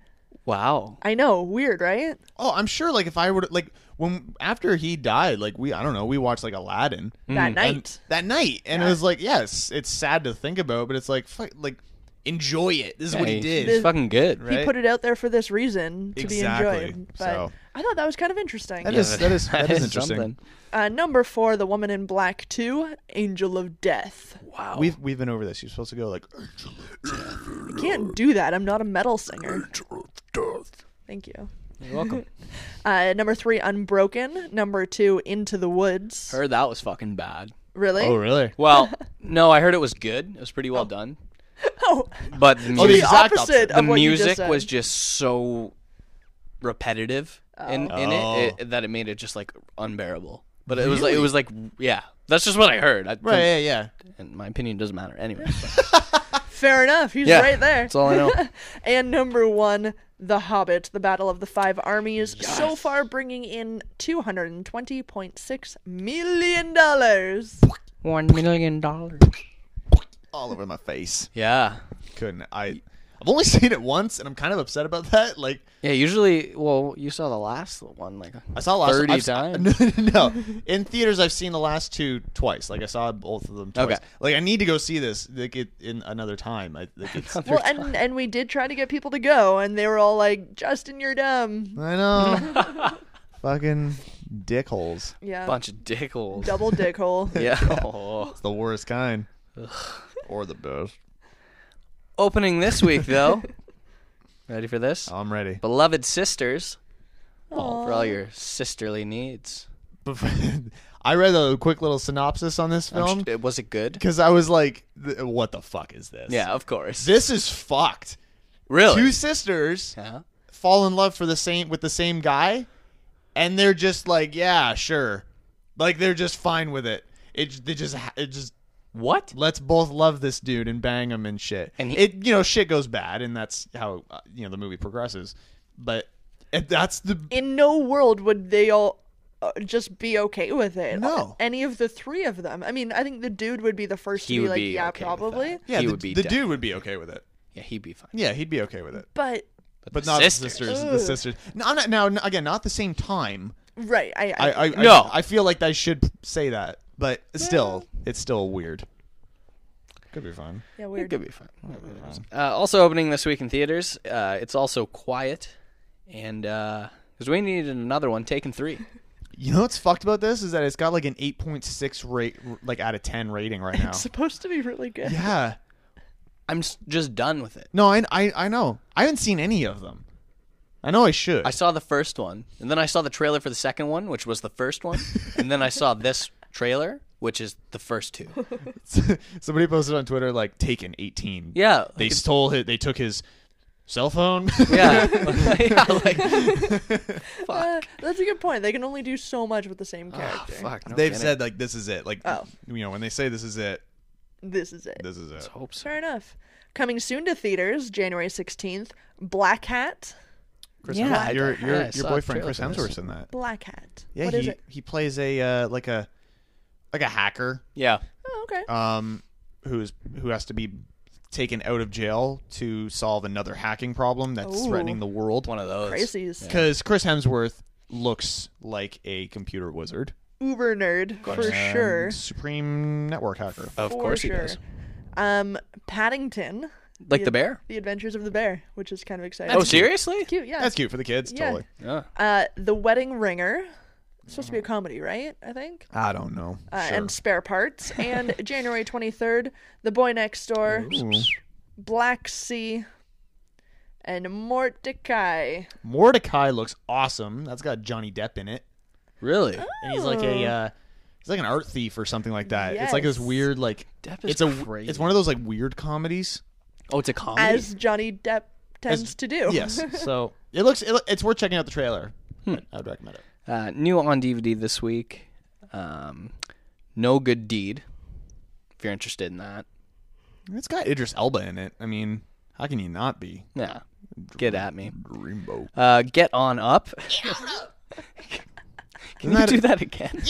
E: Wow.
C: I know, weird, right?
D: Oh, I'm sure like if I were to like when after he died, like we I don't know, we watched like Aladdin.
E: Mm.
C: That
D: and-
C: night.
D: that night and it was like yes it's sad to think about but it's like fuck, like enjoy it this is what he
E: Hey,
D: did
E: It's fucking good.
D: right
C: He put it out there for this reason to
D: Exactly,
C: be enjoyed. But
D: so.
C: I thought that was kind of interesting.
D: That is- that is that is interesting
E: something.
C: Uh, number four, The Woman in Black 2, Angel of Death.
E: Wow.
D: we've we've been over this you're supposed to go like [CLEARS THROAT]
C: You can't do that. I'm not a metal singer. Thank you.
E: You're welcome.
C: [LAUGHS] Uh, number three, Unbroken. Number two, Into the Woods.
E: Heard that was fucking bad.
C: Really?
D: oh really
E: [LAUGHS]
C: [LAUGHS]
E: Well, no, I heard it was good. It was pretty well done.
C: Oh,
E: But the
D: the
E: music,
D: exact
C: opposite
E: the
C: of what you
E: music
C: just said.
E: was just so repetitive in,
C: Oh.
E: in
D: Oh.
E: it, it that it made it just like unbearable. But it was like it was like yeah, that's just what I heard. I,
D: right yeah yeah
E: And my opinion doesn't matter
C: [LAUGHS]
E: anyway.
C: fair enough. He's
E: Yeah,
C: right there.
E: That's all I know.
C: [LAUGHS] And number one, The Hobbit, The Battle of the Five Armies. So far, bringing in $220.6 million.
H: One million dollars.
D: all over my face
E: yeah.
D: couldn't I I've only [LAUGHS] seen it once and I'm kind of upset about that like
E: Yeah, usually, well, you saw the last one like
D: I saw last [LAUGHS]
E: 30
D: I've- I-
E: times.
D: no, in theaters I've seen the last two twice like I saw both of them twice
E: Okay.
D: like I need to go see this like it in another time I like
E: [LAUGHS]
D: it's,
C: Well,
D: [LAUGHS]
C: and, and we did try to get people to
E: [LAUGHS]
C: go, and they were all like, Justin, you're dumb.
D: I know fucking dickholes.
C: Yeah.
E: Bunch of dickholes.
C: Double dick hole.
E: [LAUGHS]
C: [LAUGHS]
E: Yeah. Oh.
D: [LAUGHS] It's the worst kind. or the best.
E: Opening this week though.
D: [LAUGHS]
E: Ready for this?
D: I'm ready.
E: Beloved sisters. Oh, For all your sisterly needs.
D: [LAUGHS] I read a quick little synopsis on this
E: I'm
D: film
E: sh- uh, was it good?
D: because I was like, "Th- "What the fuck is this?"
E: Yeah, of course.
D: this is fucked.
E: really?
D: Two sisters
E: yeah.
D: fall in love for the same with the same guy, and they're just like, "Yeah, sure," like they're just fine with it. It they just ha- it just
E: What?
D: let's both love this dude and bang him and shit.
E: And he-
D: it you know shit goes bad, and that's how uh, you know the movie progresses. But it, that's the
C: In no world would [LAUGHS] they all uh, just be okay with it.
D: No.
C: Any of the three of them. I mean, I think the dude would be the first
E: He
C: to be
E: would
C: like,
E: be
C: yeah,
E: okay with
C: probably.
E: that.
D: yeah
E: he
D: the,
E: would be
D: the
E: down.
D: dude would be okay with it.
E: Yeah, he'd be fine.
D: Yeah, he'd be okay with it.
C: But
D: But
E: the
D: not
E: sisters.
D: the sisters. The sisters. No, no, now, n- again, not the same time.
C: right, I, I,
D: I, I, I-
E: No.
D: I, feel like I should say that, but still, it's still weird. Could be fun.
C: yeah,
E: It
C: weird.
E: could be fine. Uh, also opening this week in theaters. Uh, it's also quiet, and because we needed another one, Taken Three.
D: You know what's fucked about this is that it's got like an 8.6 rate, like out of 10 rating [LAUGHS] right now.
C: It's supposed to be really good.
D: yeah.
E: I'm s- just done with it.
D: No, I, I, I know. I haven't seen any of them. I know I should.
E: I saw the first one, and then I saw the trailer for the second one, which was the first one, and then I saw this trailer, which is the first two.
D: Somebody posted on Twitter like Taken 18.
E: Yeah,
D: They
E: like it's-
D: stole his, they took his cell phone. [LAUGHS]
E: yeah, [LAUGHS] yeah, like [LAUGHS]
C: Uh, that's a good point. They can only do so much with the same
E: Ah,
C: character.
E: fuck. no
D: They've
E: kidding.
D: said like this is it. Like
C: Oh.
D: you know when they say this is it,
C: This is it.
D: this is it.
E: Hope so.
C: Fair enough. Coming soon to theaters, January 16th, Black Hat.
D: [LAUGHS] Chris
E: Yeah, I-
D: Hemsworth, your
E: yeah,
D: your,
E: I
D: your
E: saw a
D: boyfriend
E: trailer
D: Chris
E: for this.
D: Hemsworth in that.
C: Black Hat.
D: Yeah,
C: What
D: he
C: is it?
D: he plays a uh, like a like a hacker
E: Yeah,
C: Oh, okay.
D: um who's who has to be taken out of jail to solve another hacking problem that's
C: Ooh.
D: threatening the world.
E: one of those.
C: Crazies.
D: Because Chris Hemsworth looks like a computer wizard
C: Uber nerd for
D: And
C: sure.
D: supreme network hacker.
E: Um, Of
C: For
E: course
C: sure.
E: he does.
C: Um, Paddington,
E: Like the bear.
C: The Adventures of the Bear, which is kind of exciting.
E: Oh, seriously? Ah.
C: cute. Yeah.
D: That's cute for the kids,
C: Yeah.
D: totally.
E: Yeah.
C: Uh, The Wedding Ringer. It's supposed to be a comedy, right? I think.
D: I don't know.
C: Uh,
D: sure.
C: And spare parts.
D: [LAUGHS]
C: And January 23rd, The Boy Next Door,
D: Ooh.
C: Black Sea, and Mordecai.
D: Mordecai looks awesome. That's got Johnny Depp in it.
E: Really?
D: and he's like a uh, he's like an art thief or something like that. It's like this
C: Oh. Yes.
D: weird like
E: Depp is
D: it's a
E: crazy.
D: it's one of those like weird comedies.
E: Oh, it's a comedy.
C: As Johnny Depp tends to do. [LAUGHS]
D: Yes, so it looks it, loo- it's worth checking out the trailer.
E: Hmm.
D: I'd- I would recommend it.
E: Uh, new on DVD this week. Um, no Good Deed. If you're interested in that,
D: It's got Idris Elba in it. I mean, how can you not be?
E: yeah, get at me.
D: Dreamboat.
E: Uh, get on up. [LAUGHS]
D: Isn't
E: Can you
D: that-
E: do that again?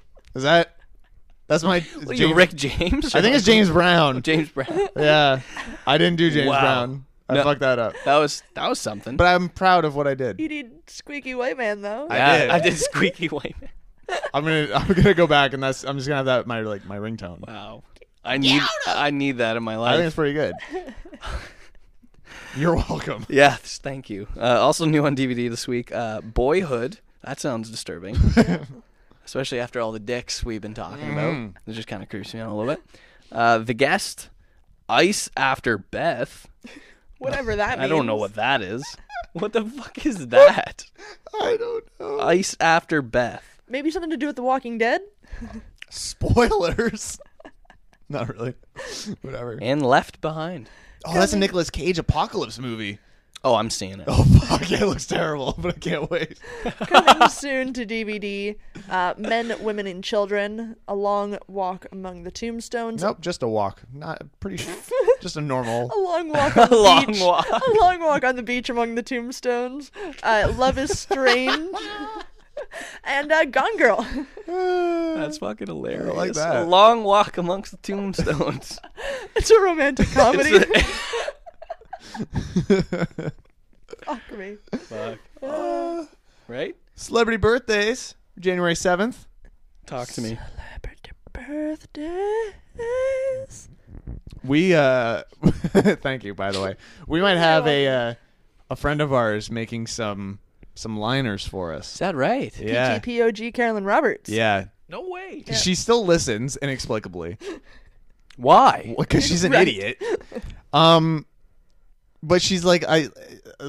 C: [LAUGHS]
D: Is that that's my
E: What are you,
D: James,
E: Rick James?
D: I think it's James Brown.
E: [LAUGHS] James Brown.
D: Yeah, I didn't do James
E: Wow.
D: Brown. I
E: No.
D: fucked that up.
E: That was that was something.
D: But I'm proud of what I did.
C: You need Squeaky White Man, though.
D: I
E: yeah,
D: did.
E: I did squeaky [LAUGHS] white man.
D: I'm gonna I'm gonna go back and that's I'm just gonna have that my like my ringtone.
E: Wow. I need I need that in my
D: I
E: life.
D: think it's pretty
E: [LAUGHS]
D: good. You're welcome.
E: Yes, [LAUGHS] thank you. Uh, also new on DVD this week, uh, Boyhood. That sounds disturbing, especially after all the dicks we've been talking about. It just kind of creeps me out a little bit. Uh, the guest, Ice After Beth.
C: Whatever that means.
E: I don't know what that is. what the fuck is that?
D: I don't know.
E: Ice After Beth.
C: Maybe something to do with The Walking Dead?
D: Spoilers. Not really. [LAUGHS] Whatever.
E: And Left Behind.
D: Oh, that's a Nicolas Cage apocalypse movie.
E: Oh, I'm seeing it.
D: Oh [LAUGHS] fuck, it looks terrible, [LAUGHS] but I can't wait.
C: [LAUGHS]
D: [LAUGHS]
C: Coming soon to DVD, uh, Men, Women, and Children, A Long Walk Among the Tombstones.
D: Nope, just
C: [LAUGHS]
D: a walk. Not pretty. just a [LAUGHS] normal.
C: A long walk on the
E: Long
C: beach.
E: walk.
C: A long walk on the beach among the tombstones. Uh, Love is strange. and uh, Gone Girl.
E: That's fucking hilarious.
D: that.
E: A long walk amongst
D: [LAUGHS]
E: the tombstones.
C: It's a romantic comedy. Fuck me. Oh.
E: right?
D: Celebrity birthdays, January seventh.
E: Talk to me.
C: Celebrity birthdays.
D: We uh, [LAUGHS] thank you by the way. We might have a uh, a friend of ours making some some liners for
E: Is
D: us.
E: that right?
D: Yeah.
C: TPOG Carolyn Roberts.
D: Yeah.
E: No way.
D: She still listens inexplicably
E: [LAUGHS] Why?
D: because she's an
C: Right.
D: idiot. Um, but she's like, I,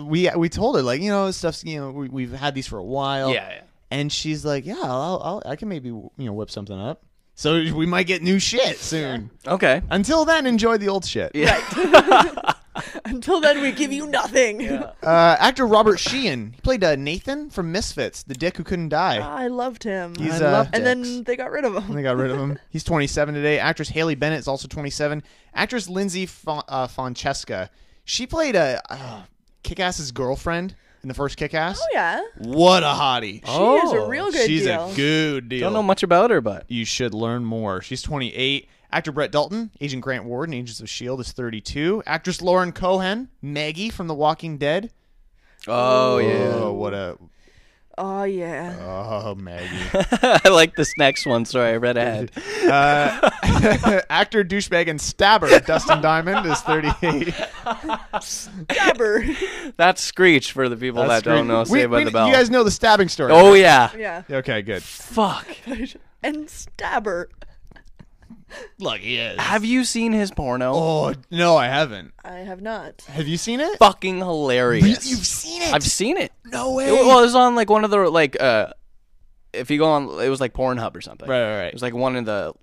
D: we we told her like, you know, stuff's you know, we, we've had these for a while.
E: Yeah, yeah.
D: And she's like, yeah, I'll, I'll I can maybe you know whip something up. So we might get new shit soon.
E: Okay.
D: Until then, enjoy the old shit.
C: [LAUGHS] Until then, we give you nothing.
D: [LAUGHS] Uh, actor Robert Sheehan. He played uh, Nathan from Misfits, the dick who couldn't die.
C: [LAUGHS] I loved him.
D: He's,
C: I
D: uh,
C: loved- and
D: dicks.
C: then they got rid [LAUGHS] of
D: And
C: him. Oh,
D: they got rid of him. He's 27 today. Actress Haley Bennett is also 27. Actress Lindsay Fon- uh, Fonseca. She played a uh, Kick-Ass's girlfriend in the first Kick-Ass. Oh,
C: Oh yeah,
D: What a hottie.
C: she is a real good
D: She's
C: deal.
D: a good deal.
E: Don't know much about her, but
D: you should learn more. She's 28. Actor Brett Dalton, Agent Grant Ward in Agents of S.H.I.E.L.D., E is 32. Actress Lauren Cohen, Maggie from The Walking Dead.
E: oh yeah.
D: Oh, what a.
C: oh yeah,
D: Oh, Maggie.
E: [LAUGHS] I like this next one. Sorry, I
D: [LAUGHS]
E: read ahead.
D: [LAUGHS] Uh, Actor, douchebag, and stabber Dustin Diamond is
C: [LAUGHS]
D: 38.
C: Dabber.
E: That's Screech for the people that don't know. Saved by the Bell.
D: You guys know the stabbing story.
E: oh yeah.
C: yeah,
D: Okay, good.
E: Fuck.
C: [LAUGHS] and stabber.
D: Look, he is.
E: Have you seen his porno?
D: Oh, no, I haven't.
C: I have not.
D: Have you seen it?
E: Fucking hilarious.
D: seen it?
E: I've seen it.
D: no way.
E: It- well, it was on like one of the like uh, if you go on, it was like Pornhub or something.
D: Right, right, right.
E: It was like one of the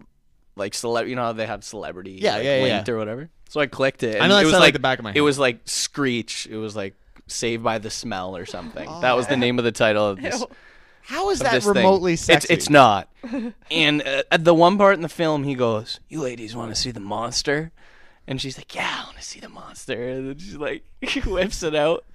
E: like celeb. You know how they had celebrity.
D: Yeah,
E: like,
D: yeah, yeah.
E: linked or whatever. So I clicked it.
D: I
E: and
D: know that
E: it was
D: sounded like the back of my
E: It
D: hand.
E: was like Screech. It was like Saved by the Smell or something. that was the name of the title of this.
C: Ew.
D: Oh, [LAUGHS] How is
E: of
D: that
E: this thing.
D: remotely sexy?
E: It's, it's not. [LAUGHS] and uh, at the one part in the film, he goes, "You ladies want to see the monster?" And she's like, "Yeah, I want to see the monster." And then she's like, [LAUGHS] he whips
D: [LAUGHS]
E: it out,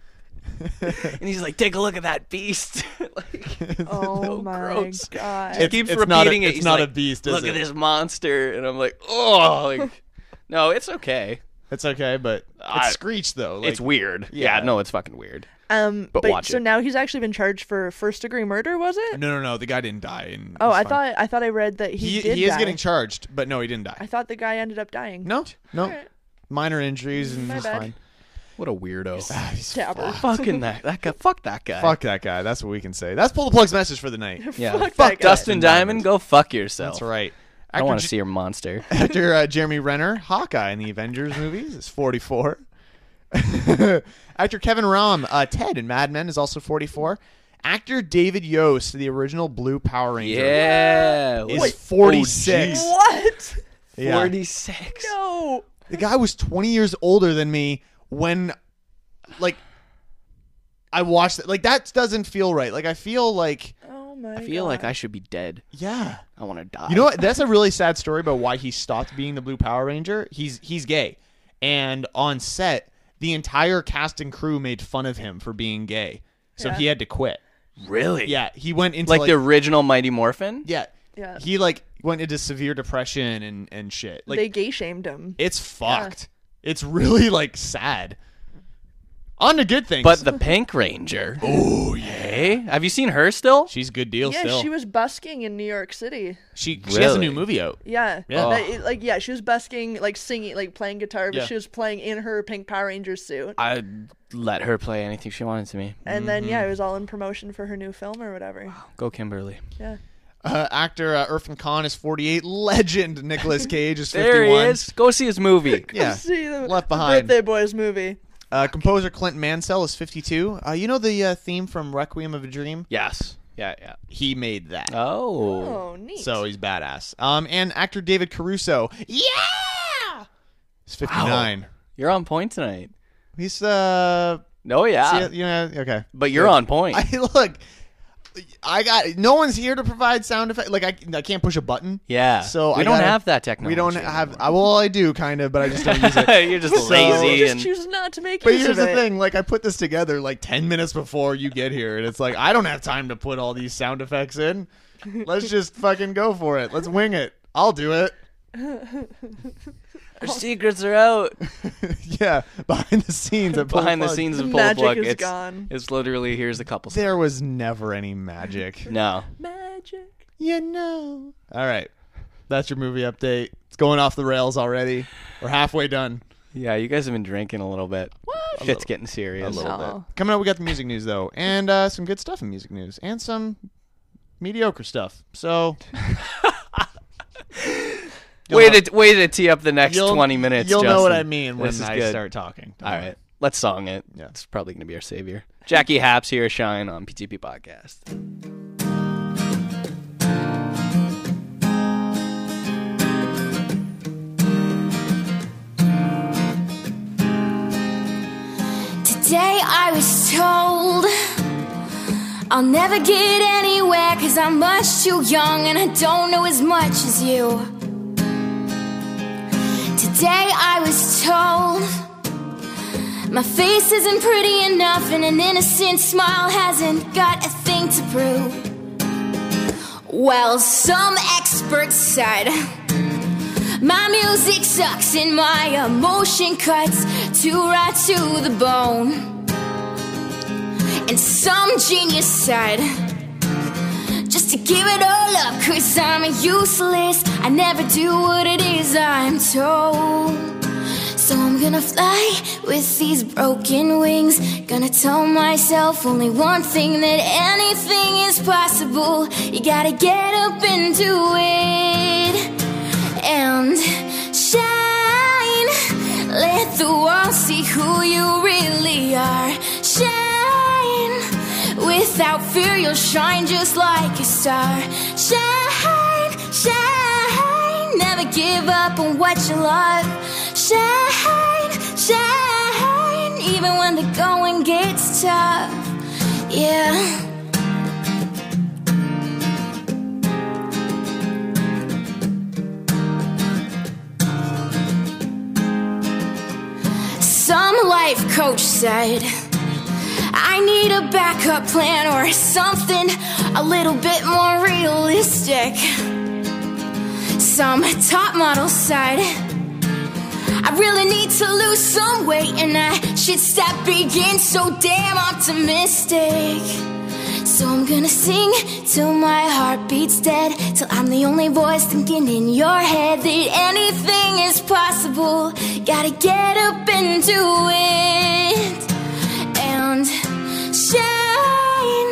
E: and he's like, "Take a look at that beast!" [LAUGHS] like,
C: [LAUGHS] Oh
E: [LAUGHS] so
C: my
E: gross.
C: god.
E: he
D: It's-
E: keeps
D: it's
E: repeating
D: not a-
E: it.
D: it's
E: He's
D: not a
E: like,
D: beast, is
E: Look
D: it?"
E: at this monster, and I'm like, "Oh,
D: [LAUGHS]
E: like, no, it's okay.
D: It's okay, but
E: I-
D: it's Screech, though.
E: it's weird. Yeah.
D: yeah.
E: no, it's fucking weird.
C: um,
E: but
C: but,
E: watch
C: so
E: it.
C: now he's actually been charged for first degree murder, was it?
D: No, no, no. The guy didn't die. And
C: oh,
D: he's
C: I
D: Mm, fine.
C: thought I thought I read that he,
D: He,
C: did.
D: he is
C: die.
D: getting charged, but no, he didn't
C: I
D: die.
C: thought the guy ended up dying.
D: No, no.
C: Alright.
D: Minor injuries, and
C: My
D: he's
C: bad.
D: fine.
E: What a weirdo.
D: Ah, he's
C: Stabber. [LAUGHS]
D: [LAUGHS]
E: fucking that, that guy. Fuck that guy.
D: Fuck that guy. That's what we can say. That's pull the plugs message for the
E: [LAUGHS]
D: night.
E: Yeah.
C: Fuck that guy.
E: Dustin Diamond, go fuck yourself.
D: That's right.
E: I
D: Actor
E: don't want
D: J-
E: to see your monster.
D: [LAUGHS] Actor uh, Jeremy Renner, Hawkeye in the Avengers movies, is 44. [LAUGHS] Actor Kevin Rahm, uh, Ted in Mad Men, is also 44. Actor David Yost, the original Blue Power Ranger,
E: Yeah.
D: is
E: Wait,
D: 46.
C: What?
D: Yeah.
E: 46.
C: No.
D: The guy was 20 years older than me when, like, I watched it. Like, that doesn't feel right. Like, I feel like,
C: Oh my.
E: I feel like I should be dead.
D: yeah.
E: I want to die.
D: You know what? That's a really sad story about why he stopped being the Blue Power Ranger. He's he's gay, and on set, the entire cast and crew made fun of him for being gay, so he had to quit.
E: Really?
D: Yeah, he went into
E: Like,
D: like,
E: the original Mighty Morphin?
D: yeah,
C: Yeah.
D: He like went into severe depression and and shit. Like
C: they gay shamed him.
D: it's fucked. It's really like sad. On to good things,
E: But the Pink Ranger.
D: [LAUGHS]
E: Oh, yeah. Have you seen her still?
D: she's good deal
C: yeah,
D: still.
C: she was busking in New York City.
D: she she has a new
E: Really? Oh,
D: movie out.
C: Yeah.
D: Yeah.
C: That- it- like yeah, she was busking, like singing, like playing guitar, but
D: Yeah.
C: she was playing in her pink Power Rangers suit.
E: I'd let her play anything she wanted to me.
C: and then
D: Mm-hmm.
C: yeah, it was all in promotion for her new film or whatever. [LAUGHS]
E: Go Kimberly.
C: Yeah.
D: Uh, actor uh, Irfan Khan is 48. Legend Nicolas Cage is 51.
E: [LAUGHS] There he is. Go see
C: [LAUGHS]
E: his movie.
D: Yeah.
C: See the,
D: Left
C: the
D: Behind.
C: birthday boys movie.
D: Uh, composer Clinton Mansell is 52. Uh, you know the uh, theme from Requiem of a Dream?
E: yes. Yeah, yeah.
D: He made that.
E: Oh.
C: Oh, neat.
D: so he's badass. Um, and actor David Caruso. Yeah! He's 59.
E: You're on point tonight.
D: He's, uh,
E: No, yeah.
D: see, you know, okay.
E: but you're on point.
D: I [LAUGHS] Look, I got, no one's here to provide sound effect. Like, I, I can't push a button.
E: yeah.
D: So
E: we
D: I
E: don't
D: gotta-
E: have that technology.
D: We
E: [LAUGHS]
D: don't have, I, well, I do kind of, but I just don't use it.
E: anymore.
C: [LAUGHS]
E: you're just lazy
C: You just
E: and
D: [LAUGHS]
C: choose not to make
D: But
C: use
D: here's
C: of
D: the
C: it.
D: thing, like I put this together like 10 minutes before you get here and it's like I don't have time to put all these sound effects in. Let's
E: [LAUGHS]
D: just fucking go for it. Let's wing it. I'll do it.
E: Our secrets are out.
D: [LAUGHS] yeah, behind the scenes at Pull
E: Behind the
D: Plug.
E: scenes
C: The
E: of Pull the
C: magic
E: Plug,
C: is
E: it's
C: gone.
E: It's literally here's a couple.
D: there was never any magic.
E: no,
C: Magic.
D: you know. All right. That's your movie update. It's going off the rails already. We're halfway done.
E: yeah, you guys have been drinking a little bit.
C: What?
D: a
E: Shit's
D: little-
E: getting serious.
D: A little
C: Oh.
D: bit. Coming up, we got the music news though, and uh, some good stuff in music news, and some mediocre stuff. [LAUGHS] So You'll
E: Way
D: know-
E: to way to tee up the next
D: you'll-
E: twenty minutes.
D: You'll know what I
E: Justin.
D: mean
E: This
D: when
E: is
D: I
E: good.
D: start talking.
E: All right, let's song it.
D: Yeah.
E: It's probably gonna be our savior. Jackie Haps here, shine on PTP podcast.
K: Today I was told I'll never get anywhere cause I'm much too young and I don't know as much as you. Today I was told my face isn't pretty enough and an innocent smile hasn't got a thing to prove. Well, some experts said. My music sucks and my emotion cuts too right to the bone. And some genius said, just to give it all up, cause I'm useless. I never do what it is I'm told. So I'm gonna fly with these broken wings. Gonna tell myself only one thing that anything is possible. You gotta get up and do it and shine. Let the world see who you really are. Shine. Without fear, you'll shine just like a star. Shine, shine. Never give up on what you love. Shine, shine. Even when the going gets tough. Yeah. Some life coach said, I need a backup plan or something a little bit more realistic. Some top model said, I really need to lose some weight and I should stop being so damn optimistic. So I'm gonna sing till my heart beats dead. Till I'm the only voice thinking in your head that anything is possible. Gotta get up and do it. And shine.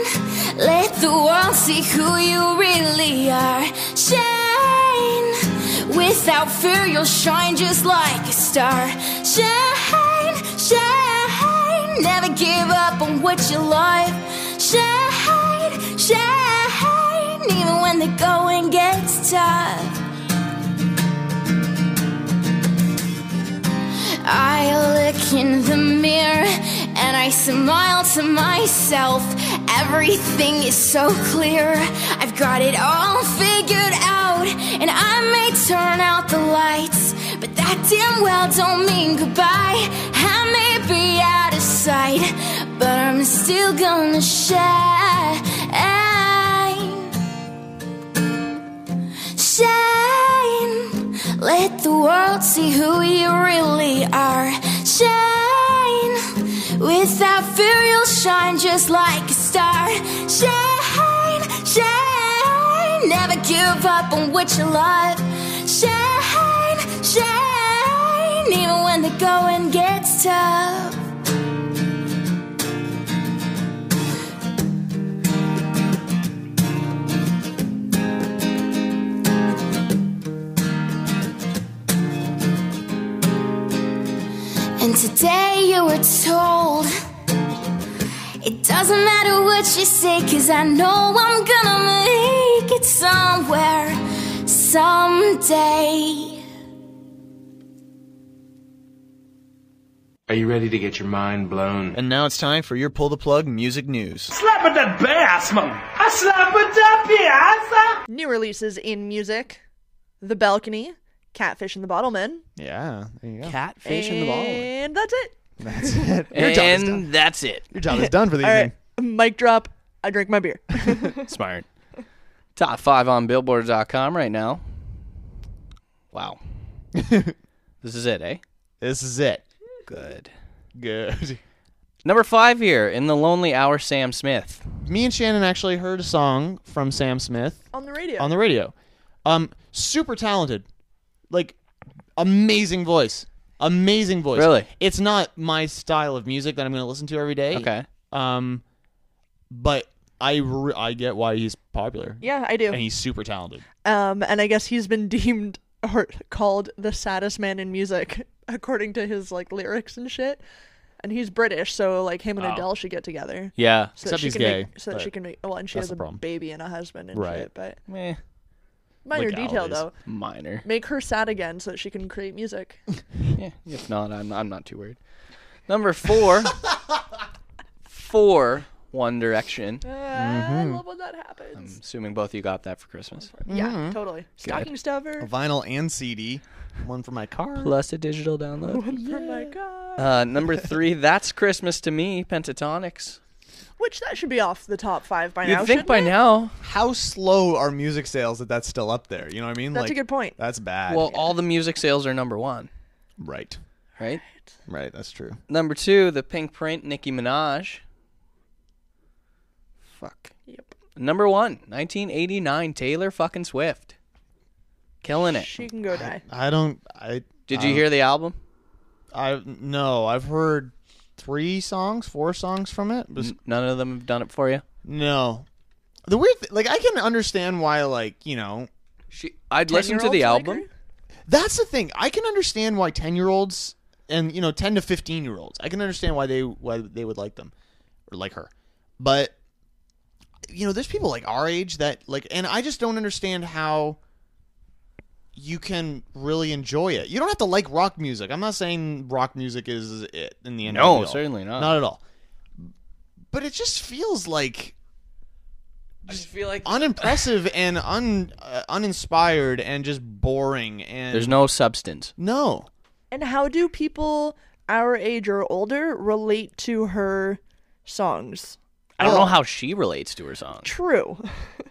K: Let the world see who you really are. Shine. Without fear, you'll shine just like a star. Shine, shine. Never give up on what you love. Shine, shine. Even when the going gets tough. I look in the mirror and I smile to myself. Everything is so clear. I've got it all figured out. And I may turn out the lights, but that damn well don't mean goodbye. I may be out of sight, but I'm still gonna shine shine. Let the world see who you really are. Shine. Without fear, you'll shine just like a star. Shine, shine. Never give up on what you love. Shine, shine. Even when the going gets tough. And today you were told it doesn't matter what you say, cause I know I'm gonna make it somewhere someday.
L: Are you ready to get your mind blown?
D: And now it's time for your pull the plug music news.
I: Slap mit der Bass, Mann! I slap mit der Bass!
C: New releases in music The Balcony, Catfish and the Bottlemen.
D: Yeah, there you go.
E: Catfish in the ball.
C: And that's it.
E: [LAUGHS]
D: That's it. Your job is done.
E: And that's it.
D: Your job is done for the
C: All
D: evening.
C: right. Mic drop. I drink my beer. [LAUGHS]
E: Smart. Top five on Billboard.com right now.
D: [LAUGHS]
E: Wow. this is it, eh?
D: This is it.
E: Good.
D: Good.
E: Number five here in the Lonely Hour, Sam Smith.
D: Me and Shannon actually heard a song from Sam Smith
C: On the radio.
D: on the radio. Um, super talented, like amazing voice. Amazing voice.
E: Really?
D: It's not my style of music that I'm going to listen to every day.
E: Okay.
D: Um, but I re- I get why he's popular.
C: Yeah, I do.
D: And he's super talented.
C: Um, and I guess he's been deemed [LAUGHS] or called the saddest man in music, [LAUGHS] according to his like lyrics and shit. And he's British, so like him and
D: Oh.
C: Adele should get together.
E: Yeah.
C: so that
D: Except
C: she
D: he's
C: can
D: gay,
C: Make, so that
D: but
C: she can make. Well, and she
D: that's
C: has
D: the
C: a
D: problem.
C: baby and a husband and
D: Right.
C: shit. But
E: Meh.
C: minor detail
D: Legalities.
C: though,
E: Minor.
C: make her sad again so that she can create music.
E: Yeah. If not, I'm I'm not too worried.
C: [LAUGHS]
E: Number four. four. One Direction.
C: Ah, Uh, I
D: Mm-hmm.
C: love when that happens.
E: Assuming both of you got that for Christmas. Mm-hmm.
C: Yeah, totally. Stocking
D: Mm-hmm. A
C: stuffer.
D: vinyl and CD. One for my car.
E: Plus a digital download.
C: [LAUGHS] Oh my god.
E: Uh, number three. That's Christmas to me. Pentatonics.
C: Which that should be off the top five by now.
E: You'd think
C: shouldn't
E: by
C: it?
E: now.
D: How slow are music sales that that's still up there? You know what I mean?
C: That's a
D: Like,
C: good point.
D: That's bad.
E: Well, all the music sales are number one,
D: right.
E: right?
D: Right. That's true.
E: Number two, the Pink Print, Nicki Minaj. Fuck.
C: Yep.
E: Number one, 1989, Taylor fucking Swift. Killing it.
C: She can go die.
D: I don't. I
E: Did you hear the album?
D: Um, I no. I've heard three songs, four songs from it. But
E: N- None of them have done it for you.
D: no. The weird, th- like I can understand why, like you know,
E: She, I'd listen to the
C: Ten-year-olds like
E: album.
D: that's the thing. I can understand why ten year olds and you know ten to fifteen year olds. I can understand why they why they would like them or like her, but you know, there's people like our age that like, and I just don't understand how you can really enjoy it. You don't have to like rock music. I'm not saying rock music is it in the end.
E: No,
D: all be all.
E: certainly not.
D: Not at all. But it just feels like
E: I just feel like
D: unimpressive and un uh, uninspired and just boring and
E: there's no substance.
D: no
C: And how do people our age or older relate to her songs?
E: I don't know how she relates to her song.
C: True.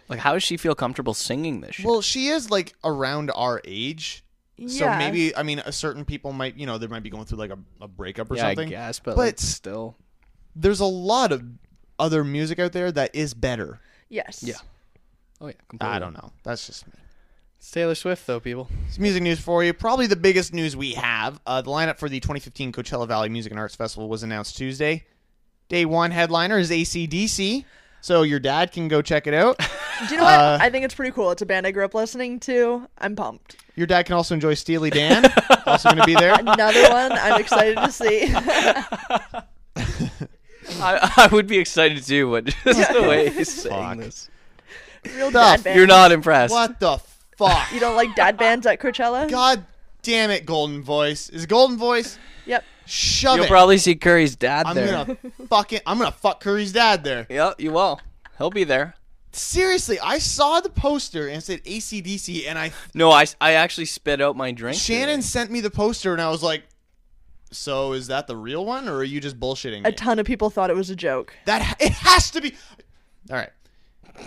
E: Like, how does she feel comfortable singing this shit?
D: Well, she is like around our age. So
C: Yeah.
D: maybe I mean a certain people might you know they might be going through like a, a breakup or
E: yeah,
D: something.
E: I guess, but,
D: But-
E: like, still.
D: There's a lot of other music out there that is better.
C: Yes.
E: Yeah. Oh yeah, completely.
D: I don't know. That's just me.
E: It's Taylor Swift though, people.
D: It's music news for you. Probably the biggest news we have. Uh, the lineup for the 2015 Coachella Valley Music and Arts Festival was announced Tuesday. Day one headliner is ACDC, so your dad can go check it
E: [LAUGHS]
D: out.
C: Do you know what?
E: Uh,
C: I think it's pretty cool. It's a band I grew up listening to. I'm pumped.
D: Your dad can also enjoy Steely Dan. also going to be there.
C: [LAUGHS] Another one I'm excited to see.
D: [LAUGHS]
E: [LAUGHS] I, I would be excited too, but [LAUGHS] just the way he's saying
D: Fuck.
E: this.
C: Real dad band.
E: You're not impressed.
D: What the
C: [LAUGHS]
D: fuck?
C: You don't like dad bands at Coachella?
D: God damn it, Golden Voice. Is Golden Voice?
C: Yep.
D: Shove
E: You'll
D: it.
E: probably see Curry's dad
D: I'm
E: there. [LAUGHS]
D: gonna fucking I'm gonna fuck Curry's dad there.
E: Yeah, you will. He'll be there.
D: Seriously, I saw the poster and it said ACDC and I
E: No, I, I actually spit out my drink.
D: Shannon
E: today.
D: sent me the poster and I was like, So is that the real one or are you just bullshitting
C: A
D: me?
C: ton of people thought it was a joke.
D: that it has to be Alright.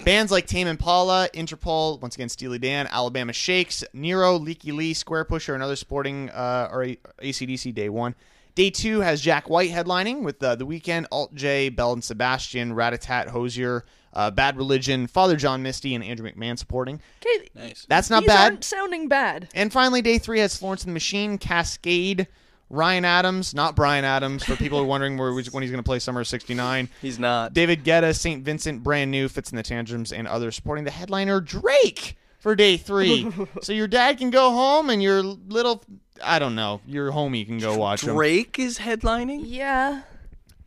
D: Bands like Tame Impala, Interpol, once again Steely Dan, Alabama Shakes, Nero, Leaky Lee, Square Pusher, and other sporting uh, or A- ACDC Day One. Day two has Jack White headlining with uh, The Weekend, Alt J, Bell and Sebastian, Ratatat, Hosier, uh, Bad Religion, Father John Misty, and Andrew McMahon supporting.
C: Okay.
D: That's not
C: these
D: bad.
C: aren't sounding bad.
D: And finally, day three has Florence and the Machine, Cascade, Ryan Adams, not Brian Adams, for people who are wondering where, when he's going to play Summer of 69.
E: [LAUGHS] He's not.
D: David Guetta, St. Vincent, Brand New, Fits in the Tantrums, and others supporting the headliner Drake for
C: [LAUGHS]
D: day
E: [LAUGHS]
D: three. so your dad can go home and your little, I don't know, your homie can go watch him.
E: Drake is headlining?
C: Yeah.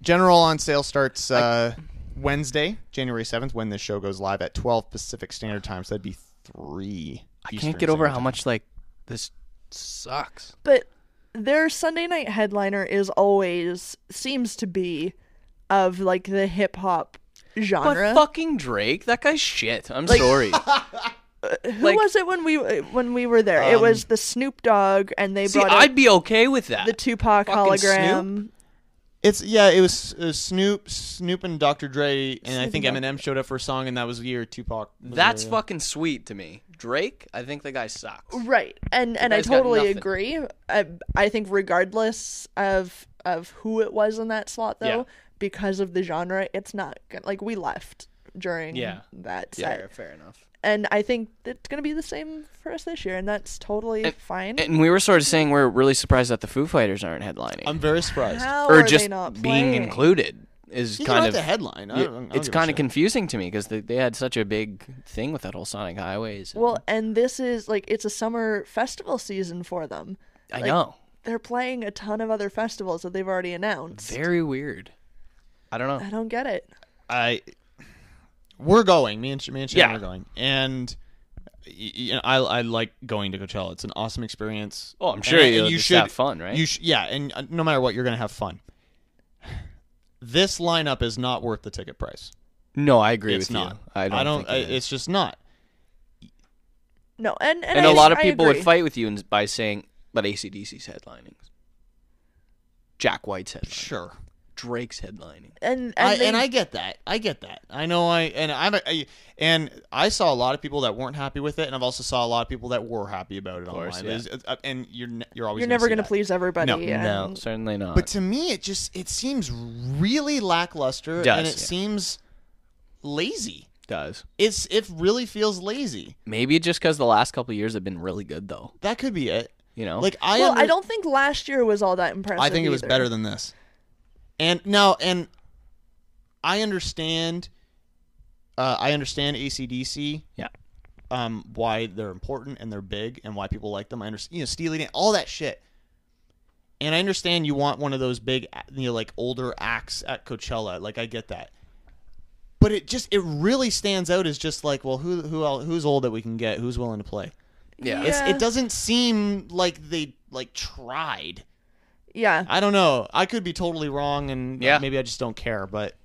D: General on sale starts uh, Wednesday, January 7th, when this show goes live at 12 Pacific Standard Time. So that'd be three.
E: I can't get over how much, like, this sucks.
C: But their Sunday night headliner is always seems to be of like the hip hop
E: But
C: genre.
E: fucking Drake? That guy's shit. I'm
C: [LAUGHS]
E: sorry.
C: Who
E: like- um,
C: was it when we when we were there? it was the Snoop Dogg, and they
E: See,
C: brought
E: I'd
C: out
E: be okay with that.
C: the Tupac
E: fucking Snoop?
C: hologram.
D: It's yeah, it was uh, Snoop, Snoop and Dr. Dre, and I
C: Snoop
D: think
C: and
D: Eminem showed up for a song, and that was the year Tupac. was
E: That's
D: there, yeah.
E: fucking sweet to me. Drake, I think the guy sucks.
C: Right, and and I
E: guy's got
C: totally
E: nothing.
C: agree. I I think regardless of of who it was in that slot though,
D: Yeah.
C: because of the genre, it's not good. like we left during
E: Yeah.
C: that
E: Yeah,
C: set,
E: fair enough.
C: and I think it's going to be the same for us this year, and that's totally fine.
E: And we were sort of saying we're really surprised that the Foo Fighters aren't headlining. I'm
D: very surprised.
C: How
E: or
C: are they
E: just
C: not
E: being
C: playing?
E: included is
D: You don't
E: kind
D: have
E: of
D: to headline. I
E: Yeah,
D: don't- I don't
E: it's
D: give a
E: kind of
D: shit.
E: confusing to me because they, they had such a big thing with that whole Sonic Highways.
C: well, and this is like it's a summer festival season for them.
E: I
C: Like,
E: know.
C: they're playing a ton of other festivals that they've already announced.
E: Very weird. I don't know.
C: I don't get it.
D: I we're going. Me and Sh- me and Shannon
E: Yeah.
D: are going, and y- you know, I I like going to Coachella. It's an awesome experience.
E: Oh, I'm
D: And-
E: sure
D: and
E: you'll just have fun, right?
D: You sh- yeah, and uh, no matter what, you're gonna have fun. This lineup is not worth the ticket price.
E: No, I agree
D: it's
E: with
D: not.
E: you. I don't. think
D: I- uh,
E: it is.
D: it's just not.
C: No, and and,
E: and
C: a
E: a lot of people would fight with you and- by saying, "But ACDC's headlining, Jack White's headlining,
D: sure,
E: Drake's headlining."
C: And and,
D: I,
C: they-
D: and I get that. I get that. I know. I and I'm. A, I, and I saw a lot of people that weren't happy with it, and I've also saw a lot of people that were happy about it
E: course,
D: online.
E: yeah.
D: It's- it's- uh, And you're ne- you're always
C: you're never
D: going
C: gonna please everybody.
D: No,
C: and-
E: No, certainly not.
D: But to me, it just it seems really lackluster,
E: Does,
D: and it
E: yeah.
D: seems lazy.
E: does
D: It's it really feels lazy.
E: maybe just because the last couple of years have been really good, though.
D: That could be it.
E: You know,
D: Like I,
C: well,
D: under-
C: I don't think last year was all that impressive.
D: I think it was
C: either.
D: better than this. And now, and I understand. Uh, I understand ACDC.
E: Yeah.
D: Um, why they're important and they're big and why people like them. I understand. You know, Steely Dan, all that shit. And I understand you want one of those big, you know, like older acts at Coachella. Like I get that. But it just it really stands out as just like, well, who who else, who's old that we can get? Who's willing to play?
E: yeah,
D: It's,
C: Yeah.
D: it doesn't seem like they like tried.
C: Yeah,
D: I don't know. I could be totally wrong, and uh,
E: Yeah.
D: maybe I just don't care. But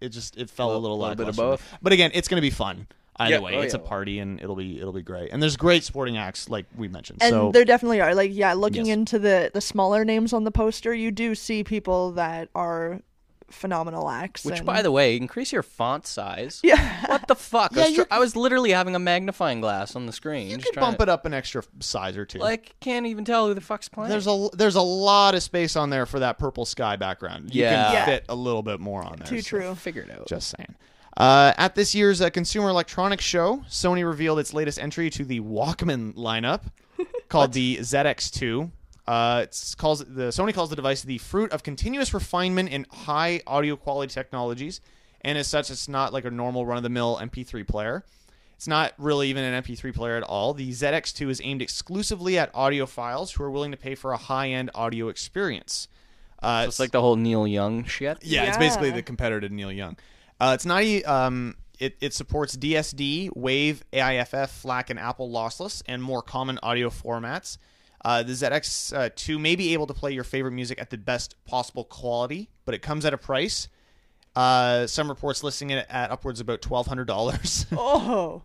D: it just it fell a little,
E: little bit of
D: lackluster.
E: both.
D: But again, it's gonna be fun either
E: Yeah.
D: way.
E: Oh,
D: it's
E: yeah.
D: a party, and it'll be it'll be great. And there's great sporting acts like we mentioned.
C: and
D: so
C: there definitely are. Like, yeah, looking
D: Yes.
C: into the the smaller names on the poster, you do see people that are phenomenal acts.
E: Which,
C: and- [LAUGHS]
E: by the way, increase your font size.
C: yeah,
E: What the fuck? I, was
D: you
E: tr- I was literally having a magnifying glass on the screen.
D: you
E: just
D: could
E: trying
D: bump
E: to-
D: it up an extra size or two.
E: Like, can't even tell who the fuck's playing.
D: there's a there's a lot of space on there for that purple sky background. You
E: Yeah.
D: can
E: Yeah.
D: fit a little bit more on there.
C: too
D: so-
C: true.
E: figure it out.
D: Just saying. Uh, at this year's uh, Consumer Electronics Show, Sony revealed its latest entry to the Walkman
E: [LAUGHS]
D: lineup, called the ZX2. Uh, it's calls the Sony calls the device the fruit of continuous refinement in high audio quality technologies, and as such, it's not like a normal run of the mill MP3 player. It's not really even an MP3 player at all. The ZX2 is aimed exclusively at audiophiles who are willing to pay for a high-end audio experience. Uh,
E: It's like the whole Neil Young shit.
D: yeah, it's basically
C: Yeah.
D: the competitor to Neil Young. Uh, it's not e- um, it, it supports DSD, Wave, AIFF, FLAC, and Apple Lossless, and more common audio formats. Uh, the ZX2 may be able to play your favorite music at the best possible quality, but it comes at a price. Uh, some reports listing it at upwards of about twelve hundred dollars.
C: Oh,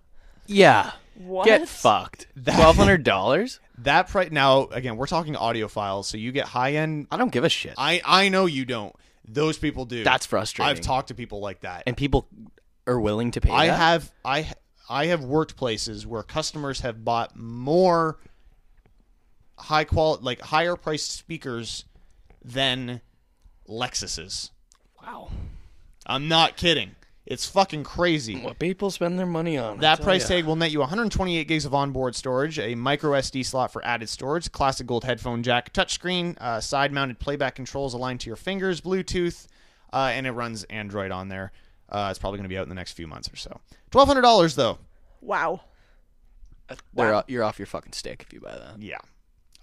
E: Yeah.
C: what?
E: Get fucked. Twelve hundred dollars?
D: [LAUGHS] that price now again, we're talking audio files, so you get high end.
E: I don't give a shit.
D: I I know you don't. Those people do.
E: That's frustrating.
D: I've talked to people like that.
E: and people are willing to pay.
D: I
E: that?
D: have I I have worked places where customers have bought more high quality like higher priced speakers than Lexuses.
E: Wow.
D: I'm not kidding. It's fucking crazy.
E: What people spend their money on. I
D: That
E: tell
D: price
E: ya.
D: tag will net you 128 gigs of onboard storage, a micro SD slot for added storage, classic gold headphone jack, touchscreen, uh, side mounted playback controls aligned to your fingers, Bluetooth, uh, and it runs Android on there. Uh, it's probably going to be out in the next few months or so. $1,200 though.
C: Wow.
E: They're o- You're off your fucking stick if you buy that.
D: Yeah.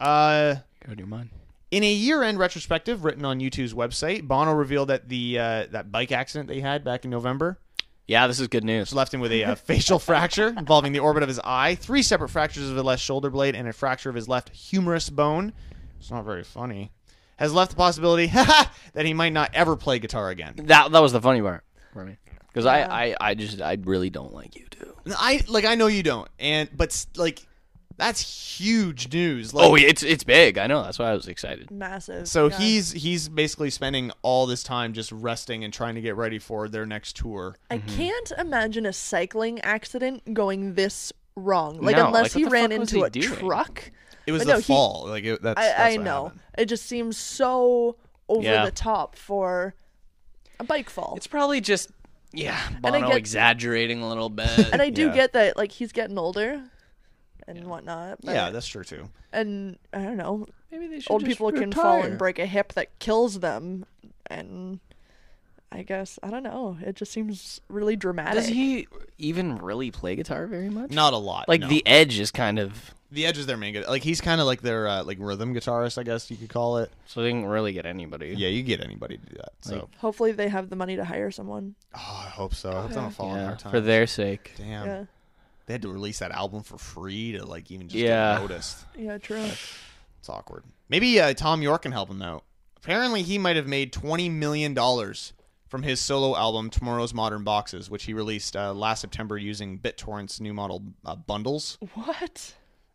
D: Uh,
E: You're out of your mind.
D: in a year-end retrospective written on YouTube's website, Bono revealed that the uh, that bike accident they had back in November
E: Yeah, this is good news.
D: which left him with
E: [LAUGHS]
D: a uh, facial fracture involving the orbit of his eye, three separate fractures of the left shoulder blade, and a fracture of his left humerus bone. It's not very funny. Has left the possibility [LAUGHS] that he might not ever play guitar again.
E: That that was the funny part for me because I, I I just I really don't like you two.
D: I like I know you don't, and but s- like that's huge news. Like,
E: Oh, it's it's big. I know. That's why I was excited.
C: Massive.
D: So
C: yeah.
D: he's he's basically spending all this time just resting and trying to get ready for their next tour.
C: I
E: Mm-hmm.
C: can't imagine a cycling accident going this wrong. Like
E: No, like,
C: unless
E: what
C: he
E: the
C: ran
E: fuck was
C: into a
E: he doing?
C: truck.
D: It was
C: But
D: the
C: no, he-
D: fall. like it, that's, that's
C: I, I
D: what
C: know.
D: happened.
C: It just seems so over
E: Yeah.
C: the top for a bike fall.
E: It's probably just Yeah,
C: And I
E: Bono
C: get-
E: exaggerating a little
D: Uh,
C: [LAUGHS]
E: bit.
C: and I do get that like he's getting older and whatnot. but-
D: Yeah, that's true too.
C: and I don't know.
E: Maybe they should
C: old
E: just
C: people can fall
E: retire.
C: and break a hip that kills them, and I guess I don't know. It just seems really dramatic.
E: Does he even really play guitar very much?
D: Not a lot.
E: Like
D: no.
E: the Edge is kind of
D: the Edge is their main. guitar- Like he's kind of like their uh, like rhythm guitarist, I guess you could call it.
E: so they didn't really get anybody.
D: Yeah, you get anybody to do that. So
C: Hopefully, they have the money to hire someone.
D: oh, I hope so. I hope they don't fall on
E: Yeah,
D: our time.
E: for their sake.
D: Damn,
C: Yeah,
D: they had to release that album for free to like even just
E: Yeah.
D: get noticed.
C: yeah, true.
D: It's awkward. Maybe uh, Tom York can help him though. Apparently, he might have made twenty million dollars from his solo album "Tomorrow's Modern Boxes," which he released uh, last September using BitTorrent's new model uh, bundles.
C: What?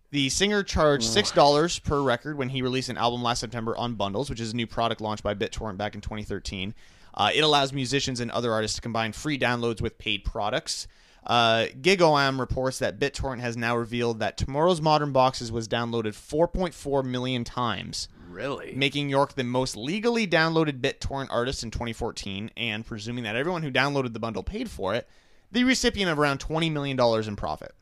D: The singer charged six dollars per record when he released an album last September on Bundles, which is a new product launched by BitTorrent back in 2013. Uh, it allows musicians and other artists to combine free downloads with paid products. Uh, GigOM reports that BitTorrent has now revealed that Tomorrow's Modern Boxes was downloaded 4.4 million times,
E: Really?
D: making York the most legally downloaded BitTorrent artist in 2014. And presuming that everyone who downloaded the bundle paid for it, the recipient of around 20 million dollars in profit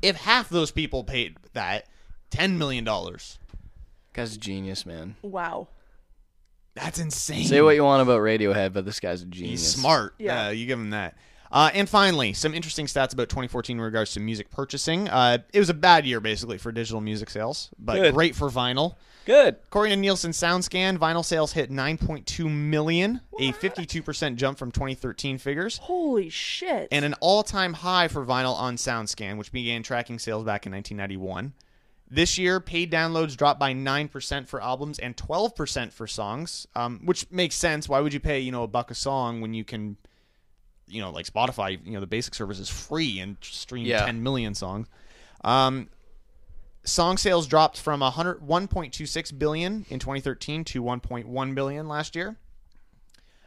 D: if half those people paid that ten million dollars
E: Guy's a genius, man.
C: Wow.
D: that's insane
E: Say what you want about Radiohead, but this guy's a genius.
D: he's smart yeah
C: Yeah.
D: you give him that uh, and finally some interesting stats about 2014 in regards to music purchasing uh, it was a bad year basically for digital music sales but
E: Good.
D: great for vinyl
E: Good.
D: According to Nielsen SoundScan, vinyl sales hit 9.2 million, a 52% jump from 2013 figures,
C: Holy shit.
D: and an all-time high for vinyl on SoundScan, which began tracking sales back in 1991. This year, paid downloads dropped by nine percent for albums and twelve percent for songs, um, which makes sense. Why would you pay you know a buck a song when you can, you know, like Spotify, you know, the basic service is free and stream
E: Yeah.
D: ten million songs. Um, song sales dropped from 100 1.26 billion in 2013 to 1.1 billion last year.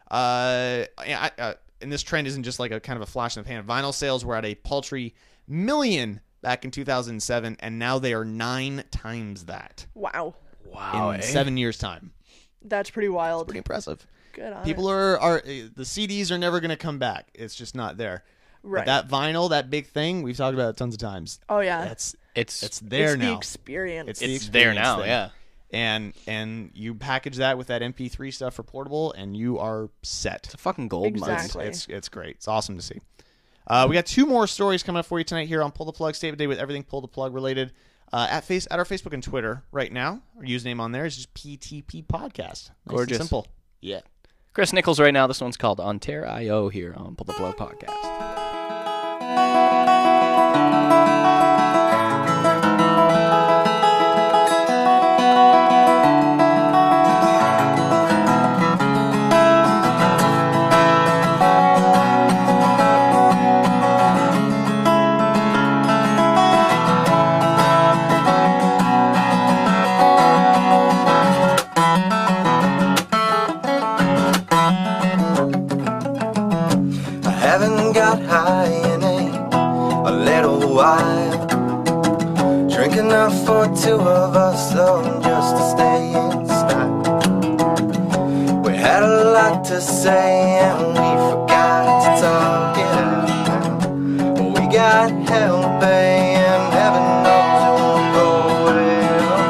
D: Uh, I, uh, and this trend isn't just like a kind of a flash in the pan. Vinyl sales were at a paltry million back in 2007, and now they are nine times that
C: wow.
E: Wow.
D: in
E: eh?
D: seven years' time.
C: That's pretty wild.
D: Pretty impressive.
C: Good on
D: People
C: it.
D: are are uh, the CDs are never going to come back. It's just not there. But
C: Right.
D: that vinyl, that big thing, we've talked about it tons of times.
C: Oh yeah.
D: That's
E: It's
D: it's
E: it's,
D: there
C: it's
D: now.
C: the experience.
D: It's the
E: there
D: experience
E: now.
D: thing.
E: Yeah.
D: and and you package that with that MP3 stuff for portable, and you are set.
E: It's a fucking gold mine.
C: Exactly.
D: It's it's great. It's awesome to see. Uh, we got two more stories coming up for you tonight here on Pull the Plug State of the Day with everything Pull the Plug related. Uh, at face at our Facebook and Twitter right now. Our username on there is just PTP Podcast. Nice and
E: Gorgeous.
D: simple. Yeah.
E: Chris Nichols right now. This one's called On Terra IO here on Pull the Plug Podcast.
M: I haven't got high in a, a little while. Drink enough for two of us, though, just to stay in style. We had a lot to say, and we forgot to talk it out. But we got hell, bay, and heaven knows it won't go well.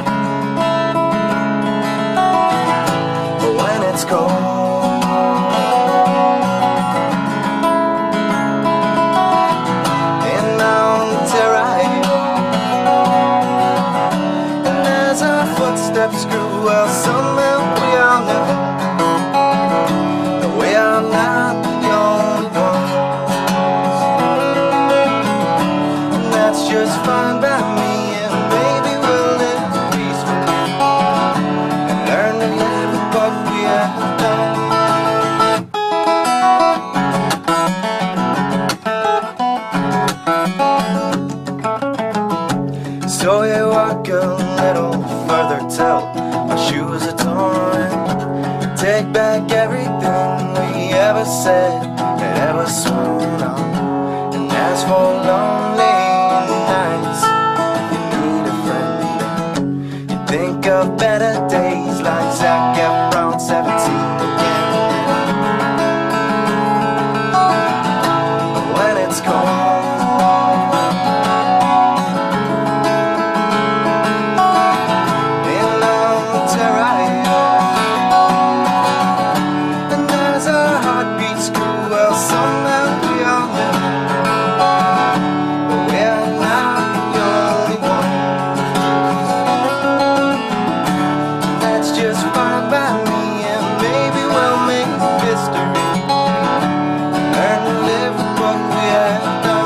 M: But when it's cold. in Mount Terrio. And as our footsteps grew, well, somehow we all knew that we are not the only ones. And that's just fine by me, and maybe we'll live peacefully and learn to live with what we have done. So you walk a little further till our shoes are torn. Take back everything we ever said and ever sworn on. And as for lonely nights, you need a friend. You think of better days like Zac Efron 17 again. It's fine by me, and maybe we'll make history. Learn to live with what we have done.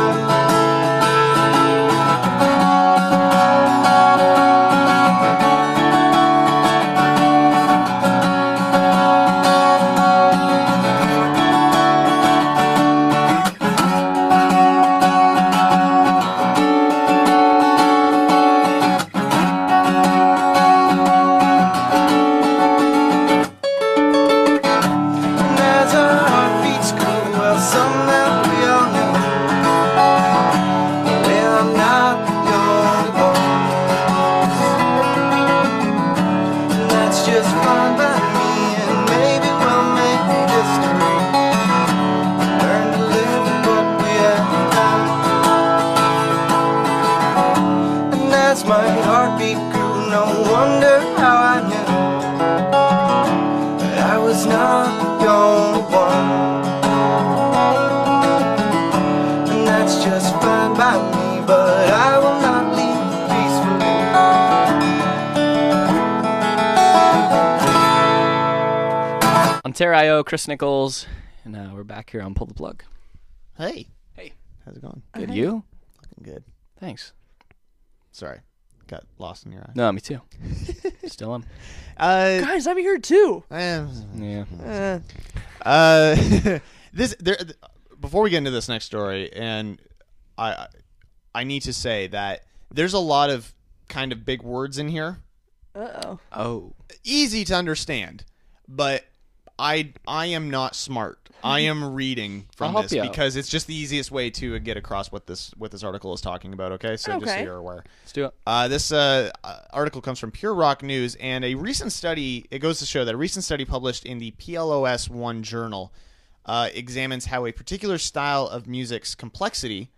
M: And as our heartbeats grew, well, somehow we all knew we are not the only ones. And that's just fine by me, and maybe we'll make history. Learn to live with what we have done. And as my heartbeat grew, no wonder how I knew that I was not the only one. And that's just fine by me, but I will not leave peacefully.
E: Ontario, Chris Nichols, and uh, we're back here on Pull the Plug. Hey. Hey.
D: How's it going?
E: Good. You?
D: Looking good.
E: Thanks.
D: Sorry, got lost in your eyes.
E: No, me
D: [LAUGHS]
E: too. Still am.
D: Uh, eh.
C: Guys, I'm here too.
E: Yeah.
C: Uh,
D: Uh, [LAUGHS] this there. th- Before we get into this next story, and I, I- I need to say that there's a lot of kind of big words in here,
C: oh.
E: Oh.
D: easy to understand, but I I am not smart. I am reading
E: I'll
D: from
E: help
D: this
E: you out.
D: because it's just the easiest way to get across what this what this article is talking about. Okay, so just so
E: Okay.
D: you're aware.
E: Let's do it.
D: Uh, this uh, uh, article comes from Pure Rock News, and a recent study. It goes to show that a recent study published in the PLOS One journal uh, examines how a particular style of music's complexity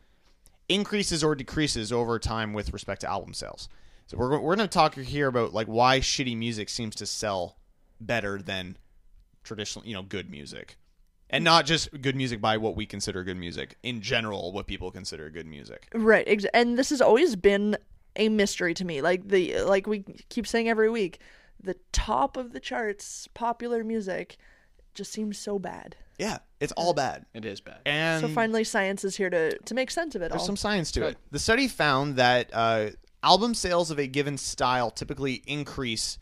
D: increases or decreases over time with respect to album sales. So we're we're going to talk here about like why shitty music seems to sell better than traditional, you know, good music. And not just good music by what we consider good music, in general what people consider good music.
C: Right. Ex- and this has always been a mystery to me. Like the like we keep saying every week, the top of the charts popular music just seems so bad.
D: Yeah, it's all bad.
E: It is bad.
D: And
C: so finally science is here to to make sense of it
D: There's
C: all.
D: some science to it. The study found that uh, album sales of a given style typically increase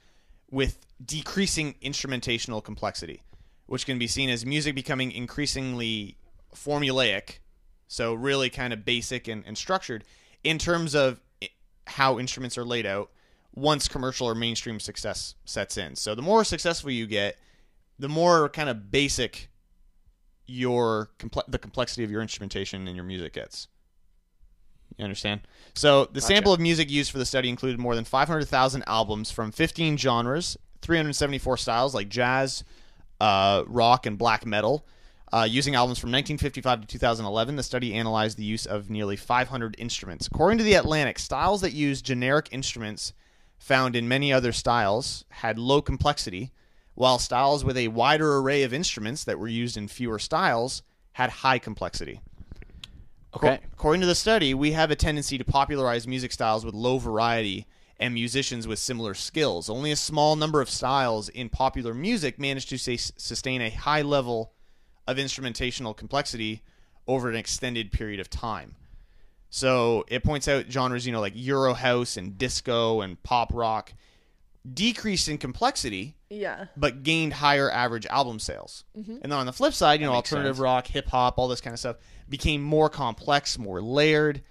D: with decreasing instrumentational complexity, which can be seen as music becoming increasingly formulaic, so really kind of basic and, and structured in terms of i- how instruments are laid out once commercial or mainstream success sets in. So the more successful you get, the more kind of basic your comple- the complexity of your instrumentation and your music gets. You understand? So the sample of music used for the study included more than 500,000 albums from 15 genres, 374 styles like jazz, uh, rock, and black metal. Uh, using albums from 1955 to 2011, the study analyzed the use of nearly 500 instruments. According to The Atlantic, styles that use generic instruments found in many other styles had low complexity, while styles with a wider array of instruments that were used in fewer styles had high complexity.
E: Okay.
D: Acco- According to the study, we have a tendency to popularize music styles with low variety and musicians with similar skills. Only a small number of styles in popular music manage to say, sustain a high level of instrumentational complexity over an extended period of time. So it points out genres, you know, like Euro house and disco and pop rock decreased in complexity,
C: yeah.
D: but gained higher average album sales.
C: Mhm.
D: And then on the flip side, you know,
E: Mm-hmm. makes
D: alternative
E: sense.
D: rock, hip hop, all this kind of stuff became more complex, more layered,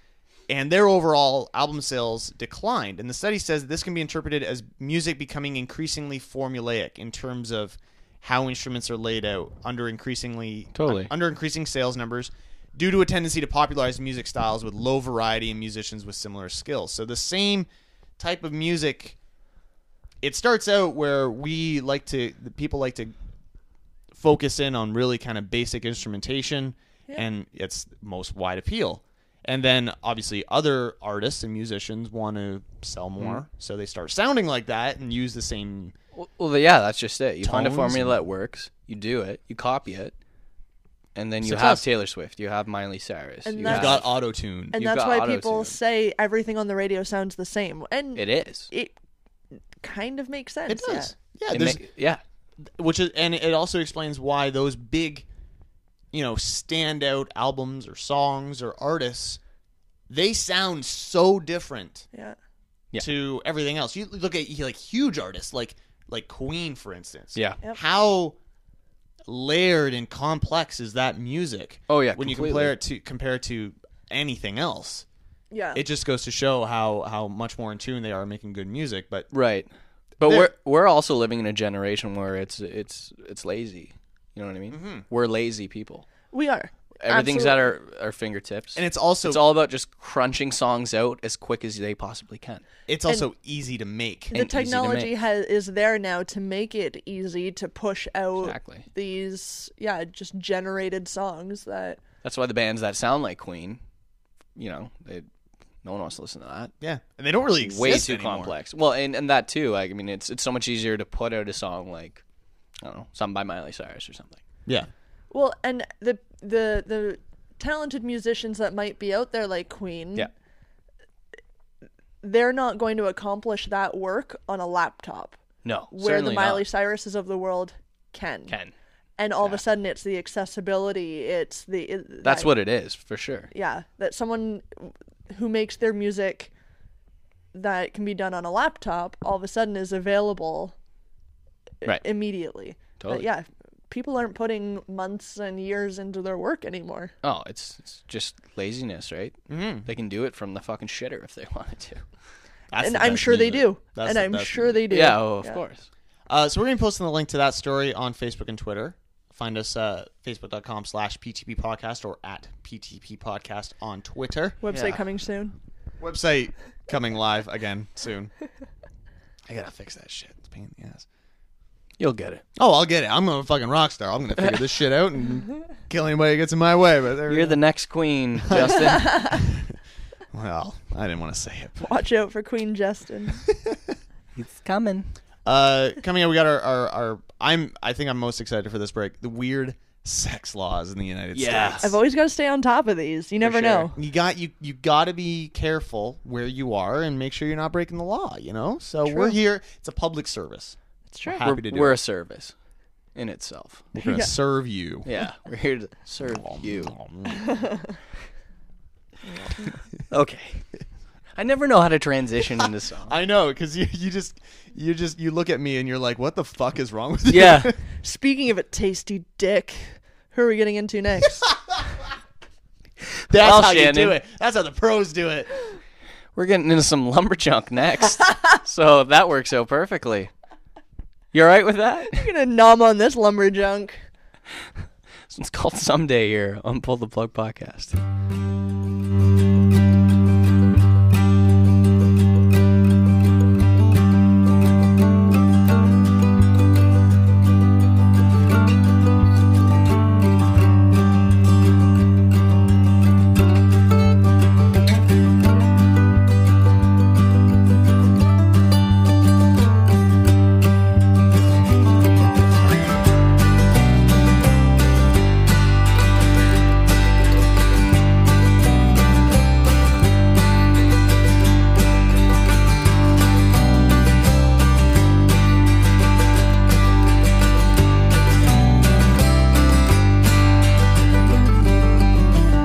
D: and their overall album sales declined. And the study says this can be interpreted as music becoming increasingly formulaic in terms of how instruments are laid out under increasingly
E: Totally.
D: under increasing sales numbers due to a tendency to popularize music styles with low variety and musicians with similar skills. So the same type of music it starts out where we like to the people like to focus in on really kind of basic instrumentation and its most wide appeal. And then obviously other artists and musicians want to sell more, so they start sounding like that and use the same
E: Well, well, yeah, that's just it. You find a
D: Tones
E: formula
D: and-
E: that works, you do it, you copy it, and then you
D: Success.
E: have Taylor Swift, you have Miley Cyrus.
C: And
E: you
C: that's-
E: have,
C: You've got
D: auto-tune.
C: And
E: you've
C: that's
E: got
C: why
E: auto-tune.
C: people say everything on the radio sounds the same. And
E: It is.
C: it kind of makes sense.
D: It does. Yeah,
E: It
D: there's-
E: ma- yeah.
D: Which is, and it also explains why those big, you know, standout albums or songs or artists, they sound so different
C: Yeah.
D: to everything else. You look at like huge artists like like Queen, for instance.
E: Yeah.
C: Yep.
D: How layered and complex is that music?
E: Oh, yeah,
D: When you
E: completely.
D: compare it to compare it to anything else.
C: Yeah.
D: It just goes to show how how much more in tune they are making good music, but
E: Right. But
D: There-
E: we're we're also living in a generation where it's it's it's lazy. You know what I mean?
D: Mm-hmm.
E: We're lazy people.
C: We are.
E: Everything's at our, our fingertips.
D: And it's also-
E: it's all about just crunching songs out as quick as they possibly can.
D: it's
C: And-
D: also easy to make.
C: the technology has is there now to make it easy to push out
E: Exactly.
C: these yeah just generated songs that
E: That's why the bands that sound like Queen, you know, they no one wants to listen to that.
D: Yeah, and they don't really exist
E: Way too
D: anymore.
E: complex. Well, and, and that too. Like, I mean, it's it's so much easier to put out a song like I don't know, something by Miley Cyrus or something.
D: Yeah.
C: well and the the the talented musicians that might be out there like Queen
E: Yeah.
C: they're not going to accomplish that work on a laptop
E: No,
C: where the
E: certainly
C: Miley
E: not.
C: Cyruses of the world can
E: can.
C: and all of a sudden it's the accessibility it's the it,
E: That's
C: that-
E: what it is for sure.
C: yeah that someone who makes their music that can be done on a laptop all of a sudden is available i-
E: Right.
C: immediately
E: Totally.
C: but yeah people aren't putting months and years into their work anymore
E: Oh, it's, it's just laziness, right? Mm. They can do it from the fucking shitter if they [LAUGHS] wanted to.
C: and i'm sure they do
D: That's
C: and
D: the
C: i'm
D: best
C: sure they do
E: Yeah, oh, of course.
D: Uh, so we're going to be posting the link to that story on Facebook and Twitter. Find us uh, facebook.com slash PTP podcast or at PTP podcast on Twitter.
C: website coming soon
D: Website coming live again soon. I got to fix that shit. It's a pain in the ass.
E: You'll get it.
D: Oh, I'll get it. I'm a fucking rock star. I'm going to figure this shit out and kill anybody that gets in my way. But there we
E: You're
D: go.
E: the
D: [LAUGHS]
E: next queen, Justin.
D: Well, I didn't want to say it.
C: watch out for queen justin
E: [LAUGHS] it's coming.
D: Uh, coming up, we got our, our, our I'm I think I'm most excited for this break. The weird sex laws in the United
E: Yeah.
D: States.
C: i've always got to stay on top of these you never know
D: [LAUGHS] You got you you got to be careful where you are and make sure you're not breaking the law. You know. So we're here. It's a public service.
C: it's true
D: Happy
E: we're,
D: to do.
E: we're
D: it.
E: a service in itself.
D: We're
C: [LAUGHS]
D: gonna
C: Yeah.
D: serve you.
E: Yeah, we're here to serve you.
C: [LAUGHS]
E: Okay. I never know how to transition
D: [LAUGHS]
E: into song.
D: I know, because you, you just you just you look at me and you're like, what the fuck is wrong with you?
E: Yeah.
C: [LAUGHS] speaking of a tasty dick who are we getting into next
D: That's
E: Well,
D: how you do
E: Shannon.
D: it. [LAUGHS] That's how the pros do it.
E: We're getting into some lumberjunk next. [LAUGHS] so that works out perfectly. You all right with that? [LAUGHS]
C: i'm gonna nom on this lumberjunk
E: This one's called Someday here on Pull the Plug Podcast.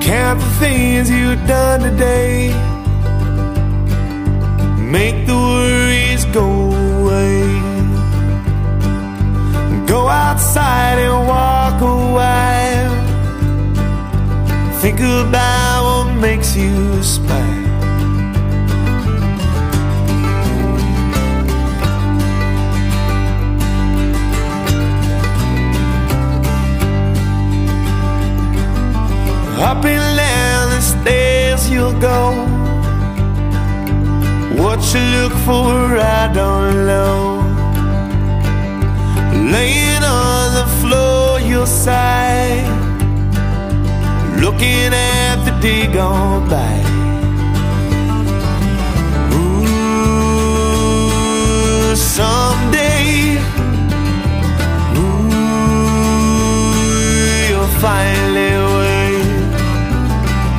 N: Count the things you've done today. Make the worries go away. Go outside and walk a while. Think about what makes you smile. Up and down the stairs you'll go. What you look for, I don't know. Laying on the floor, you'll sigh. Looking at the day gone by. Ooh, someday. Ooh, you'll find a way.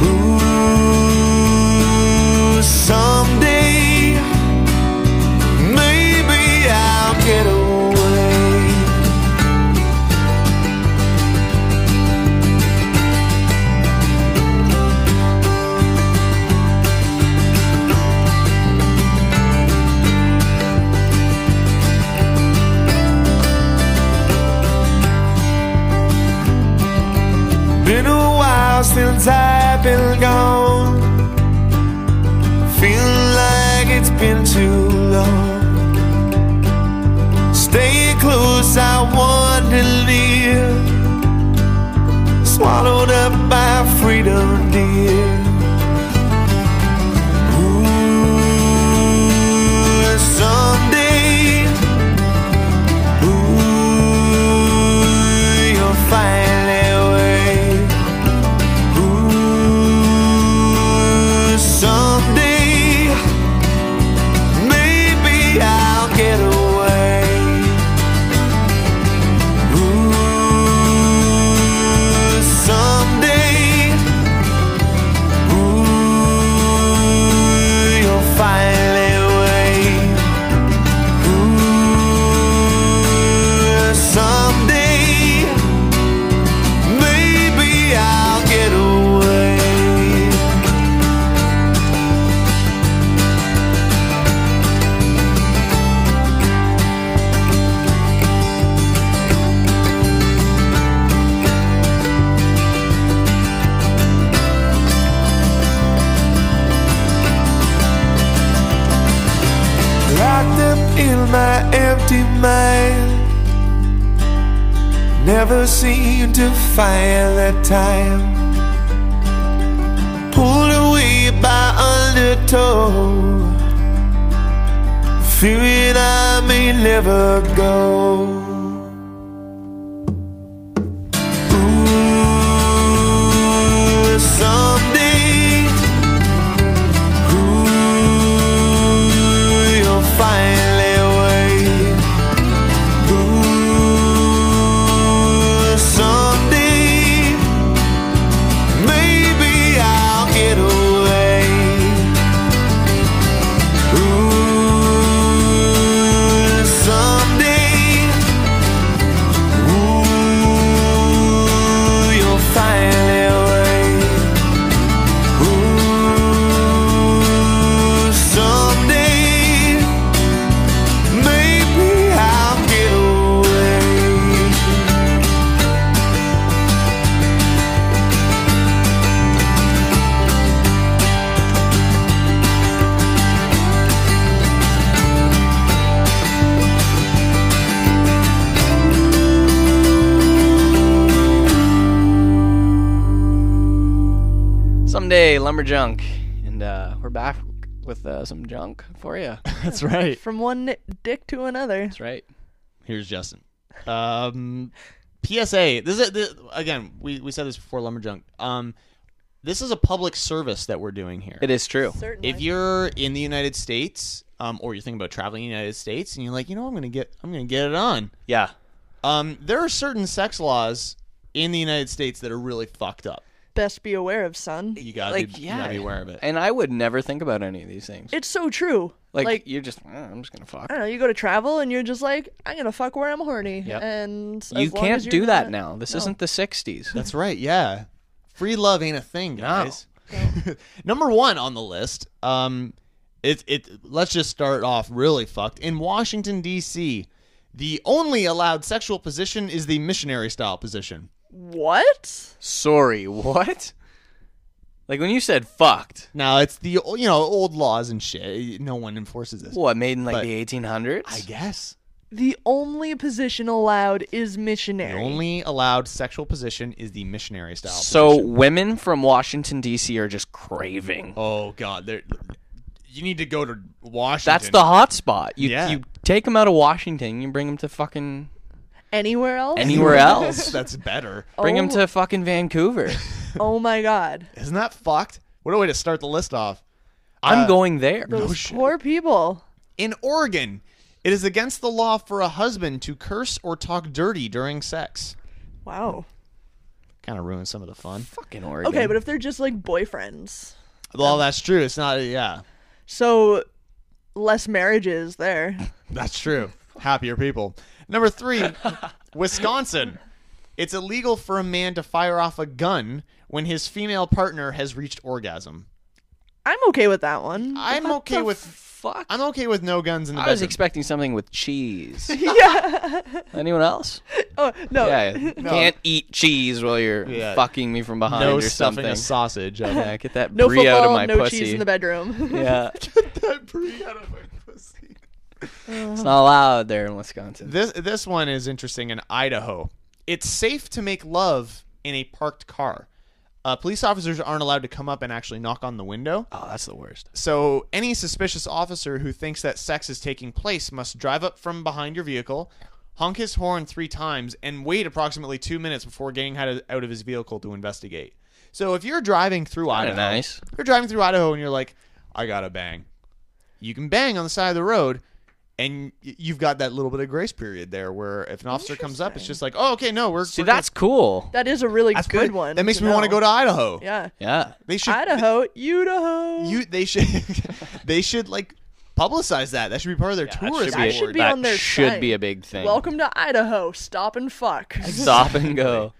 N: Ooh, someday maybe I'll get away. been a while since I've been gone. Feel like it's been too long. Stay close, I want to live. Swallowed up by freedom, dear. Ooh, someday. Ooh, you'll find a way. Ooh, someday. Maybe I'll get away. Ooh, someday. Ooh, you'll find a way. Someday, maybe I'll get away. Locked up in my empty mind. Never seem to find the time. Pulled away by undertow. Fearing I may never go. Ooh, someday. Ooh, you'll find a way. Ooh, someday, maybe I'll get away. Ooh, someday, ooh, you'll find a way. Ooh, someday, maybe I'll get away.
E: Someday, lumberjunk, and uh, we're back with uh, some junk for you.
D: [LAUGHS] That's right.
C: From one dick to another. That's
E: right.
D: [LAUGHS] Here's Justin. Um, PSA. This is this, again. We, we said this before, Lumberjunk. Um, this is a public service that we're doing here.
E: It is true.
D: If you're in the United States, um, or you're thinking about traveling to the United States, and you're like, you know, I'm gonna get, I'm gonna get it on.
E: Yeah.
D: Um, there are certain sex laws in the United States that are really fucked up.
C: Best be aware of, son.
D: You gotta,
E: Like,
D: be, you
E: yeah.
D: gotta be aware of it.
E: And I would never think about any of these things.
C: It's so true.
E: Like,
C: Like, uh,
E: you're just, "Eh, I'm just gonna fuck.
C: I don't know. You go to travel and you're just like, I'm gonna fuck where I'm horny.
E: Yep.
C: And
E: You
C: as long
E: can't
C: as you're
E: do
C: not-
E: that now. This
C: No.
E: isn't the '60s.
D: That's right. Yeah, free love ain't a thing, guys. [LAUGHS] Number one on the list. Um, it it. Let's just start off really fucked in Washington D.C. The only allowed sexual position is the missionary style position.
C: What?
E: Sorry, what? Like when you said fucked.
D: Now it's the o- you know old laws and shit. No one enforces this.
E: What made in like the 1800s? I
D: guess.
C: The only position allowed is
D: The
C: missionary.
D: only allowed sexual position is the missionary style.
E: So women from Washington D.C. are just craving.
D: Oh God, there. You need to go to Washington.
E: That's the hot spot. You
D: Yeah.
E: you take them out of Washington, you bring them to fucking
C: Anywhere else?
D: [LAUGHS]
E: anywhere else.
D: That's better.
E: Bring them
C: Oh.
E: to fucking Vancouver.
C: oh my god.
D: [LAUGHS] Isn't that fucked? What a way to start the list off.
E: I'm
D: Uh,
E: going there.
D: No
C: Those
D: shit.
C: poor people.
D: In Oregon, it is against the law for a husband to curse or talk dirty during sex.
C: Wow.
D: Kind of ruins some of the fun.
E: Fucking Oregon.
C: Okay, but if they're just like boyfriends,
D: Well, that's true. It's not. Yeah,
C: so less marriages
E: [LAUGHS]
C: there.
D: that's true. Happier people. Number three, Wisconsin. It's illegal for a man to fire off a gun when his female partner has reached orgasm.
C: I'm okay with that one.
D: I'm okay with
E: fuck.
D: I'm okay with no guns in the
E: I was
D: bedroom.
E: expecting something with cheese.
C: [LAUGHS]
D: [LAUGHS]
C: yeah.
E: Anyone else?
C: Oh no.
E: Yeah, you can't eat cheese while you're
D: Yeah.
E: fucking me from behind
D: No
E: or
D: stuffing
E: something.
D: a sausage.
E: Yeah, get that
C: No
E: brie out of
C: football,
E: my
C: no
E: pussy.
C: cheese in the bedroom.
E: yeah,
D: that brie out of my pussy.
I: [LAUGHS]
E: it's not allowed there in Wisconsin.
D: This this one is interesting in Idaho. It's safe to make love in a parked car. Uh, police officers aren't allowed to come up and actually knock on the window.
E: Oh, that's the worst.
D: So any suspicious officer who thinks that sex is taking place must drive up from behind your vehicle, honk his horn three times, and wait approximately two minutes before getting out of, out of his vehicle to investigate. So if you're driving through Idaho,
E: nice.
D: if you're driving through Idaho and you're like, I gotta bang. You can bang on the side of the road, and y- you've got that little bit of grace period there where if an officer comes up, it's just like, oh, okay, no, we're
E: See, that's cool.
C: [LAUGHS] That is a really
D: That's
C: good
D: pretty-
C: one.
D: that makes me wanna
C: know.
D: go to Idaho.
C: Yeah.
E: Yeah.
D: They should
C: Idaho, Idaho.
D: you they should [LAUGHS] they should like publicize that. That should be part of their tourist.
E: should be-
D: board.
C: That should be
E: That
C: on their
E: should
C: site.
E: be a big thing.
C: Welcome to Idaho. Stop and fuck. [LAUGHS]
D: [LAUGHS]
E: Stop and go.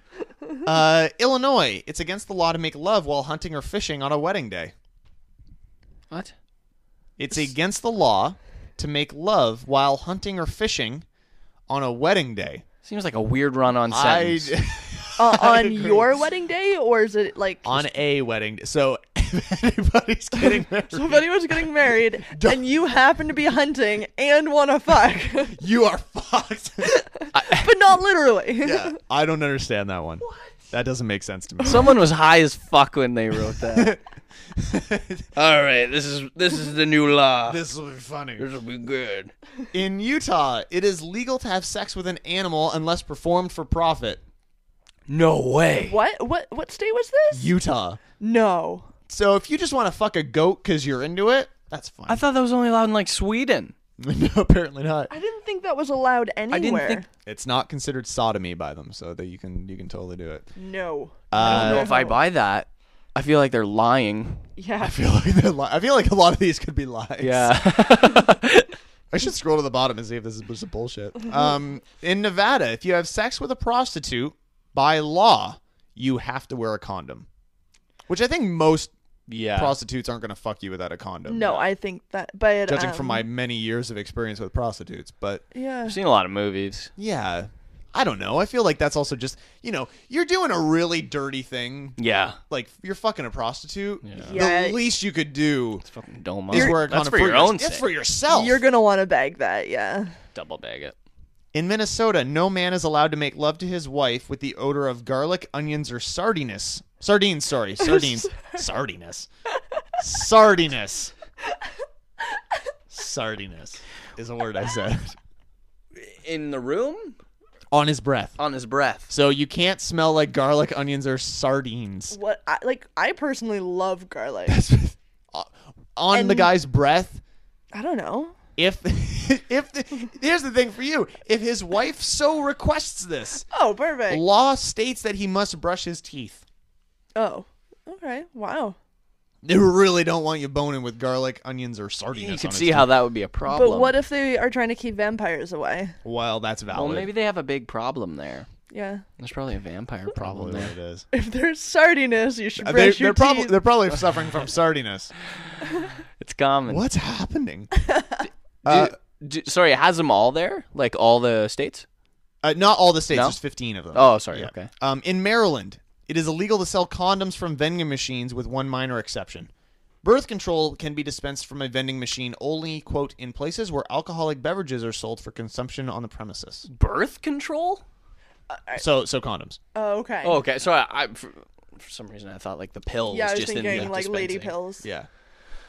D: Uh, Illinois, it's against the law to make love while hunting or fishing on a wedding day.
E: What?
D: It's against the law to make love while hunting or fishing on a wedding day.
E: Seems like a weird run-on
D: I-
E: sentence.
C: [LAUGHS] Uh,
D: [LAUGHS]
E: [LAUGHS]
D: I
C: on
D: agree.
C: your wedding day, or is it like
D: on a wedding day. So if anybody's getting married,
C: somebody was getting
E: [LAUGHS]
C: married and you happen to be hunting and want to fuck,
D: you are fucked.
C: [LAUGHS] but not
E: [LAUGHS]
C: literally? [LAUGHS]
D: yeah, I don't understand that one. What? That doesn't make sense to me. [LAUGHS]
E: Someone was high as fuck when they wrote that. All right, this is this is the new law.
D: this will be funny.
E: This will be good.
D: In Utah, it is legal to have sex with an animal unless performed for profit.
E: No way.
C: What? What? What state was this?
D: Utah.
C: No.
D: So if you just want to fuck a goat because you're into it, that's fine.
E: I thought that [LAUGHS] was only allowed in like Sweden.
D: [LAUGHS] no, apparently not.
C: I didn't think that was allowed anywhere.
E: I didn't think.
D: It's not considered sodomy by them, so that you can you can totally do it.
C: No. Uh,
E: I don't know if I buy that. I feel like they're lying.
C: [LAUGHS] Yeah.
D: I feel like they're li- I feel like a lot of these could be lies. [LAUGHS] I should scroll to the bottom and see if this is
C: [LAUGHS]
D: just bullshit. Um, in Nevada, if you have sex with a prostitute, by law, you have to wear a condom. Which I think most
E: yeah.
D: prostitutes aren't going to fuck you without a condom.
C: No, I think that. But
D: judging
C: um,
D: from my many years of experience with prostitutes, but
C: yeah.
E: I've seen a lot of movies.
D: yeah, I don't know. I feel like that's also just you know you're doing a really dirty thing.
E: [LAUGHS] Yeah.
D: Like you're fucking a prostitute.
C: Yeah.
D: The least you could do
E: Fucking don't
D: is
E: mind.
D: wear a condom
E: That's for your own
D: That's
E: sake.
D: for yourself.
C: You're gonna want to bag that, yeah.
E: Double bag it.
D: In Minnesota, no man is allowed to make love to his wife with the odor of garlic, onions, or sardiness. Sardines, sorry, sardines, sardiness, sardiness, sardiness is a word I said
E: In the room?
D: on his breath.
E: On his breath.
D: So you can't smell like garlic, onions, or sardines
C: What? I, like, I personally love garlic.
D: on the
C: And-
D: guy's breath.
C: I don't know.
D: If [LAUGHS] if the, here's the thing for you, if his wife so requests this,
C: Oh, perfect.
D: law states that he must brush his teeth.
C: Oh, okay. Wow.
D: They really don't want you boning with garlic, onions, or sardines.
E: You
D: on
E: could
D: his
E: see how that would be a problem.
C: But what if they are trying to keep vampires away?
D: teeth. Well, that's valid.
E: Well, maybe they have a big problem there.
C: Yeah.
E: There's probably a vampire problem
D: probably what
E: there.
D: it is. Uh,
C: If there's sardiness, you should brush
D: They,
C: your
D: they're probably
C: teeth. Uh,
D: they're
E: [LAUGHS]
D: probably suffering
C: [LAUGHS]
D: from sardiness.
E: It's common.
D: What's happening?
E: Uh, d- sorry, it has them all there? Like all the states?
D: Uh, not all the states.
E: No?
D: There's 15 of them.
E: Oh, sorry.
D: Yeah.
E: Okay.
D: Um, in Maryland, it is illegal to sell condoms from vending machines with one minor exception. Birth control can be dispensed from a vending machine only, quote, in places where alcoholic beverages are sold for consumption on the premises.
E: Birth control?
D: So, so condoms.
C: Oh, okay.
E: Oh, okay. Sorry, I, for, for some reason I thought like the pill
C: yeah, I
E: was
C: was
E: just in
C: thinking
E: the
C: like lady
E: dispensing.
C: pills.
D: Yeah.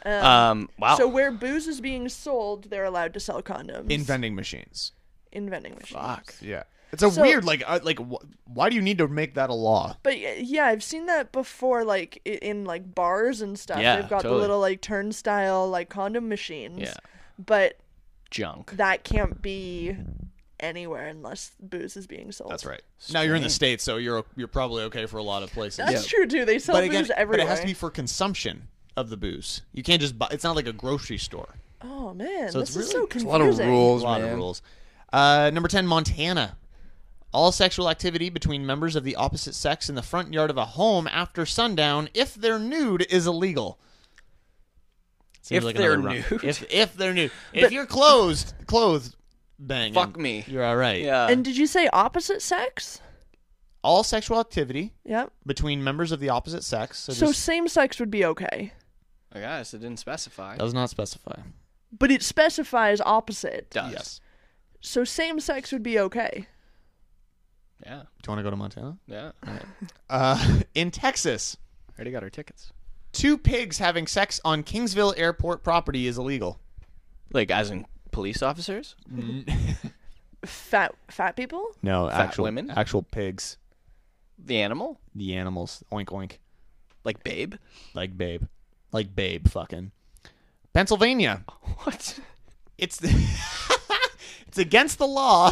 E: Um, wow.
C: So where booze is being sold, they're allowed to sell condoms
D: In vending machines.
C: in vending machines.
E: Fuck.
D: Yeah. It's a
C: So-
D: weird, like, uh, like, wh- why do you need to make that a law?
C: But y- yeah, I've seen that before, like i- in like bars and stuff.
E: Yeah,
C: They've got
E: totally.
C: the little like turnstile like condom machines.
E: Yeah.
C: But
E: Junk.
C: that can't be anywhere unless booze is being sold.
D: That's right. Now you're in the states, so you're you're probably okay for a lot of places.
C: That's true too. They sell
D: but again,
C: booze everywhere.
D: but it has to be for consumption of the booze. You can't just buy. It's not like a grocery store.
C: oh man,
D: So
C: this is
D: it's really-
C: so
D: it's
C: confusing.
D: A lot of rules. Uh, number ten, Montana. All sexual activity between members of the opposite sex in the front yard of a home after sundown, if they're nude, is illegal.
O: Seems
E: If
O: like
E: they're
O: another round.
E: nude.
O: If if they're nude. If
E: But-
O: you're closed, clothed, bang.
E: Fuck me.
O: You're all right.
D: Uh,
C: And did you say opposite sex?
D: All sexual activity
C: Yep.
D: between members of the opposite sex. So,
C: So,
D: just,
C: same sex would be okay,
E: I guess it didn't specify.
O: does not specify.
C: but it specifies opposite.
E: Does.
C: So same sex would be okay.
E: Yeah.
D: Do you want to go to Montana?
E: Yeah.
D: [LAUGHS] Uh, in Texas,
E: already got our tickets.
D: two pigs having sex on Kingsville Airport property is illegal.
E: Like as in police officers?
D: Mm-hmm.
C: Fat fat people?
D: No,
E: Fat
D: actual
E: women?
D: actual pigs.
E: The animal?
D: The animals. Oink oink.
E: Like babe?
D: Like babe. Like babe fucking. Pennsylvania.
E: [LAUGHS] What?
D: It's [LAUGHS] it's against the law [LAUGHS]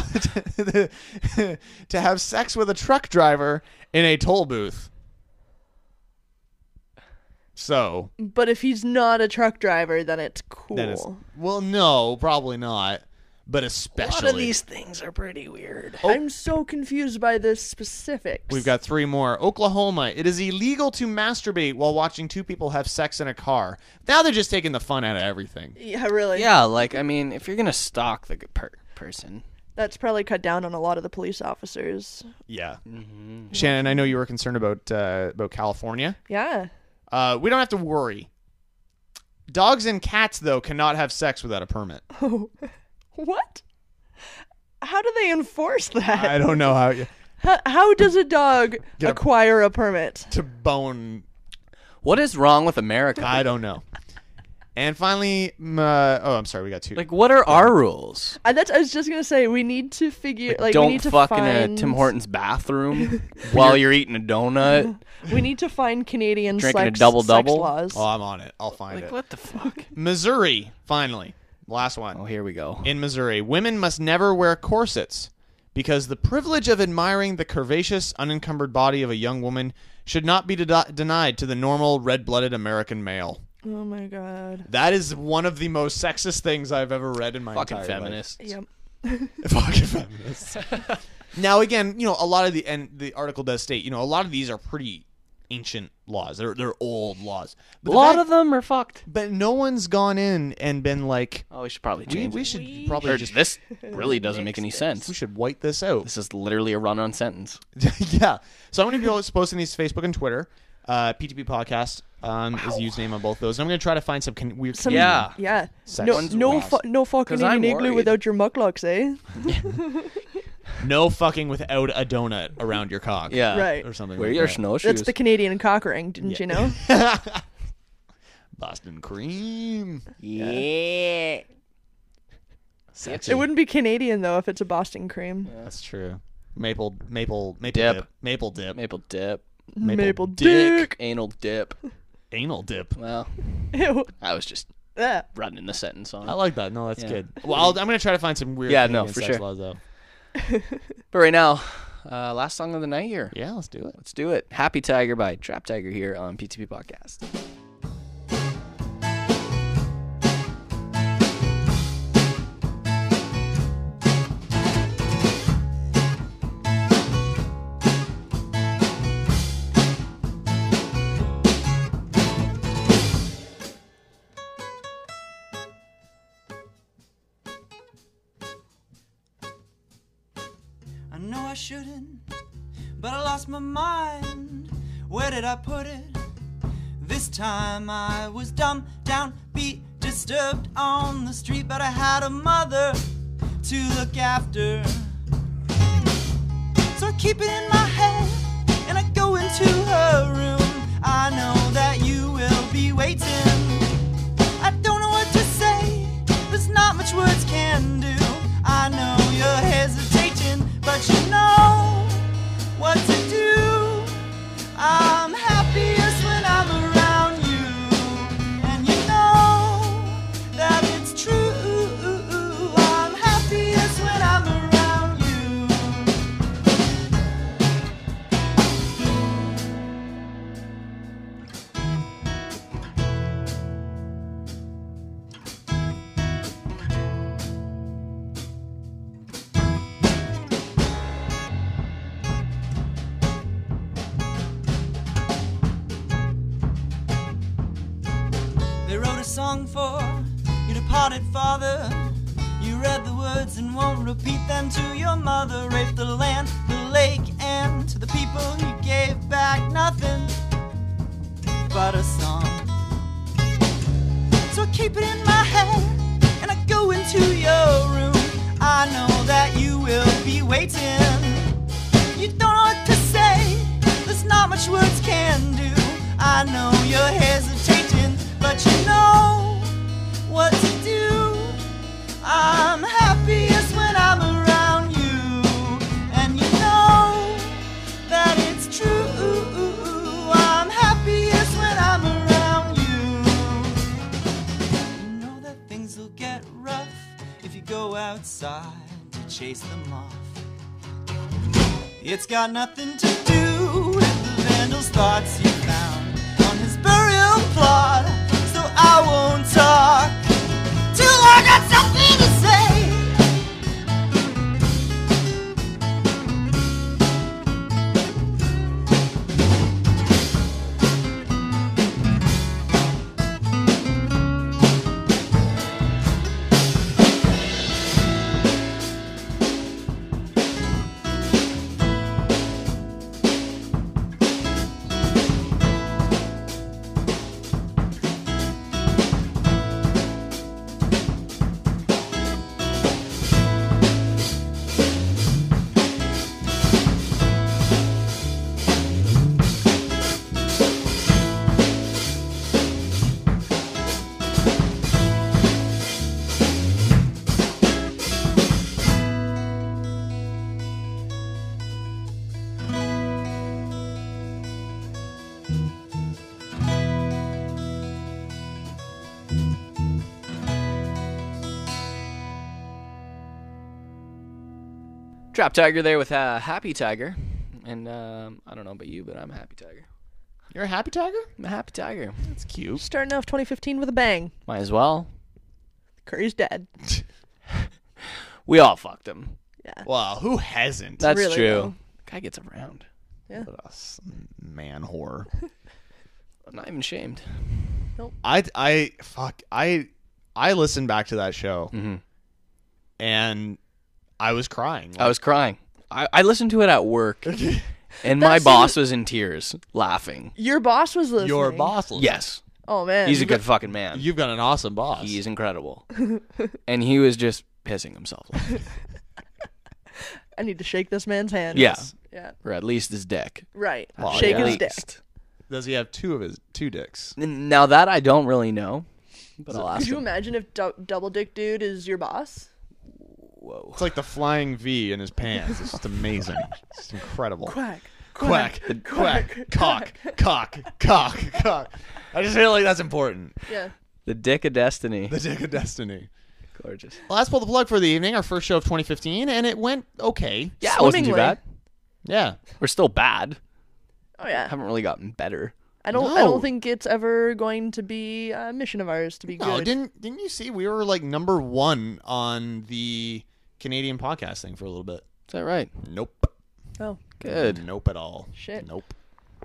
D: to, to have sex with a truck driver in a toll booth. So,
C: But if he's not a truck driver, then it's cool.
D: that is well no, probably not, but especially
E: things are pretty weird.
C: I'm so confused by the specifics.
D: We've got three more. Oklahoma. It is illegal to masturbate while watching two people have sex in a car. Now they're just taking the fun out of everything.
C: Yeah, really.
E: Yeah, like I mean, if you're gonna stalk the per- person,
C: That's probably cut down on a lot of the police officers.
D: Yeah.
E: Mm-hmm.
D: Shannon, I know you were concerned about uh, about California.
C: Yeah.
D: Uh, we don't have to worry. Dogs and cats though cannot have sex without
C: [LAUGHS]
D: a permit.
C: Oh. What? How do they enforce that?
D: I don't know how you,
C: How, how does a dog
D: Get a-
C: acquire a permit?
D: to bone.
E: what is wrong with America?
D: I don't know. And finally, m- uh, oh, I'm sorry, we got two.
E: Like, what are our rules?
C: I, that's, I was just gonna say we need to figure like we
E: don't
C: need to
E: fuck
C: find,
E: in a Tim
C: [LAUGHS]
E: Hortons bathroom while you're eating a donut.
C: We need to find Canadian
E: Drinking a
C: sex,
E: double-double?
C: sex laws.
D: oh, I'm on it. I'll find
E: Like,
D: it.
E: what the fuck?
D: Missouri, finally. Last one.
E: Oh, here we go.
D: in Missouri, women must never wear corsets because the privilege of admiring the curvaceous, unencumbered body of a young woman should not be de- denied to the normal red blooded American male.
C: oh my god.
D: That is one of the most sexist things I've ever read in my
E: Fucking
D: entire
E: feminists. [LAUGHS]
C: Yep.
D: life. Fucking feminists. now, again, you know, a lot of the, and the article does state, you know, a lot of these are pretty ancient laws. They're, they're old laws.
E: A
D: But the
E: lot
D: fact-
E: of them are fucked.
D: But no one's gone in and been like,
E: Oh, we should probably
D: we,
E: change.
D: we
E: it.
D: should probably
E: Or
C: [LAUGHS]
D: just,
E: this
D: [LAUGHS]
E: really doesn't make any sense.
D: we should white this out.
E: This is literally a run-on sentence.
D: [LAUGHS] yeah. So I'm going to be posting these to Facebook and Twitter. Uh, PTP Podcast um, is the username on both those. And I'm going to try to find some can- weird.
C: Some-
E: Yeah.
C: Yeah.
D: Sex
C: no,
D: ones
C: no,
D: last.
C: fu- no fucking
E: 'Cause I'm
C: Indian igloo
E: worried.
C: without your mucklucks, eh?
E: [LAUGHS]
D: No fucking without a donut around your cock.
E: Yeah.
C: Right.
D: Or something.
E: Wear
D: like
E: your
D: that.
E: snowshoes.
C: That's the Canadian cock ring, didn't you know?
D: [LAUGHS] Boston cream.
E: yeah.
C: it wouldn't be Canadian though if it's a Boston cream.
D: That's true. Maple, maple, maple
E: Dip.
D: dip. Maple dip.
E: Maple dip.
D: Maple
C: dick.
E: Anal dip.
D: Anal dip.
E: Well,
C: [LAUGHS] Ew.
E: I was just
C: Ah.
E: running the sentence on.
D: I like that. No, that's
E: Yeah.
D: good. Well, I'll, I'm going to try to find some weird
E: Yeah, no,
D: Canadian
E: for
D: sex
E: sure.
C: [LAUGHS]
D: laws, though.
E: But right now, uh, last song of the night here.
D: Yeah, let's do it.
E: Let's do it. Happy Tiger by Trap Tiger here on PTP Podcast.
I: I know I shouldn't, but I lost my mind. Where did I put it? This time I was dumb, downbeat, disturbed on the street, but I had a mother to look after. So I keep it in my head and I go into her room. I know that you will be waiting. I don't know what to say, there's not much words can do. I know you're hesitating, but you know what to do. I'm happiest when I'm around you, and you know that it's true. I'm happiest when I'm around you. song for your departed father. You read the words and won't repeat them to your mother. Rape the land, the lake, and to the people you gave back nothing but a song. So I keep it in my head and I go into your room. I know that you will be waiting. You don't know what to say, there's not much words can do. I know you're hesitating, but you know what to do. I'm happiest when I'm around you, and you know that it's true. I'm happiest when I'm around you. You know that things will get rough if you go outside to chase them off. It's got nothing to do with the vandal's thoughts he found on his burial plot, so I won't talk till I got something to say.
E: Drop Tiger there with uh, Happy Tiger, and um, I don't know about you, but I'm a Happy Tiger.
D: You're a happy tiger?
E: I'm a Happy Tiger. That's cute.
C: Starting off 2015 with a bang.
E: Might as well.
C: Curry's
D: [LAUGHS]
C: dead.
E: We all fucked him.
C: Yeah.
D: Wow, who hasn't?
E: That's
C: Really,
E: true.
C: though.
E: Guy gets around.
C: Yeah.
D: What a s- man [LAUGHS] whore.
E: I'm not even shamed.
D: I I fuck I I listened back to that show
E: Mm-hmm.
D: and I was crying.
E: I was crying. I, I listened to it
C: [LAUGHS]
E: at work, and my
C: That's
E: boss was in tears, laughing.
C: Your boss was listening.
D: Your boss.
E: Yes,
C: Oh man.
E: he's a good fucking man.
D: You've got an awesome boss.
E: He's incredible, and he was just pissing himself. laughing.
C: [LAUGHS] I need to shake this man's hand.
E: Yeah,
C: Yeah.
E: or at least his dick.
C: Right.
E: Well,
C: shake
E: yeah.
C: his dick.
D: Does he have two of his two dicks?
E: N- Now that I don't really know, but I'll ask
C: Could you
E: him.
C: imagine if dou- double dick dude is your boss?
E: Whoa.
D: It's like the flying V in his pants. It's just
E: [LAUGHS]
D: amazing. It's incredible.
C: Quack.
D: Quack. [LAUGHS] Quack. Cock. Cock. Cock. Cock. I just feel like that's important.
C: Yeah.
E: The dick of destiny.
D: The dick of destiny.
E: Gorgeous.
D: Well, that's pull the plug for the evening, our first show of 2015, and it went okay.
E: Yeah, it wasn't too
C: Swimmingly.
E: bad.
D: Yeah.
E: We're still bad.
C: Oh yeah.
E: Haven't really gotten better.
C: I don't. I
D: No.
C: don't think it's ever going to be a mission of ours to be
D: No,
C: good.
D: didn't didn't you see we were like number one on the Canadian podcast thing for a little bit?
E: Is that right?
D: Nope.
C: Oh,
E: Good.
D: Nope at all.
C: Shit.
D: Nope.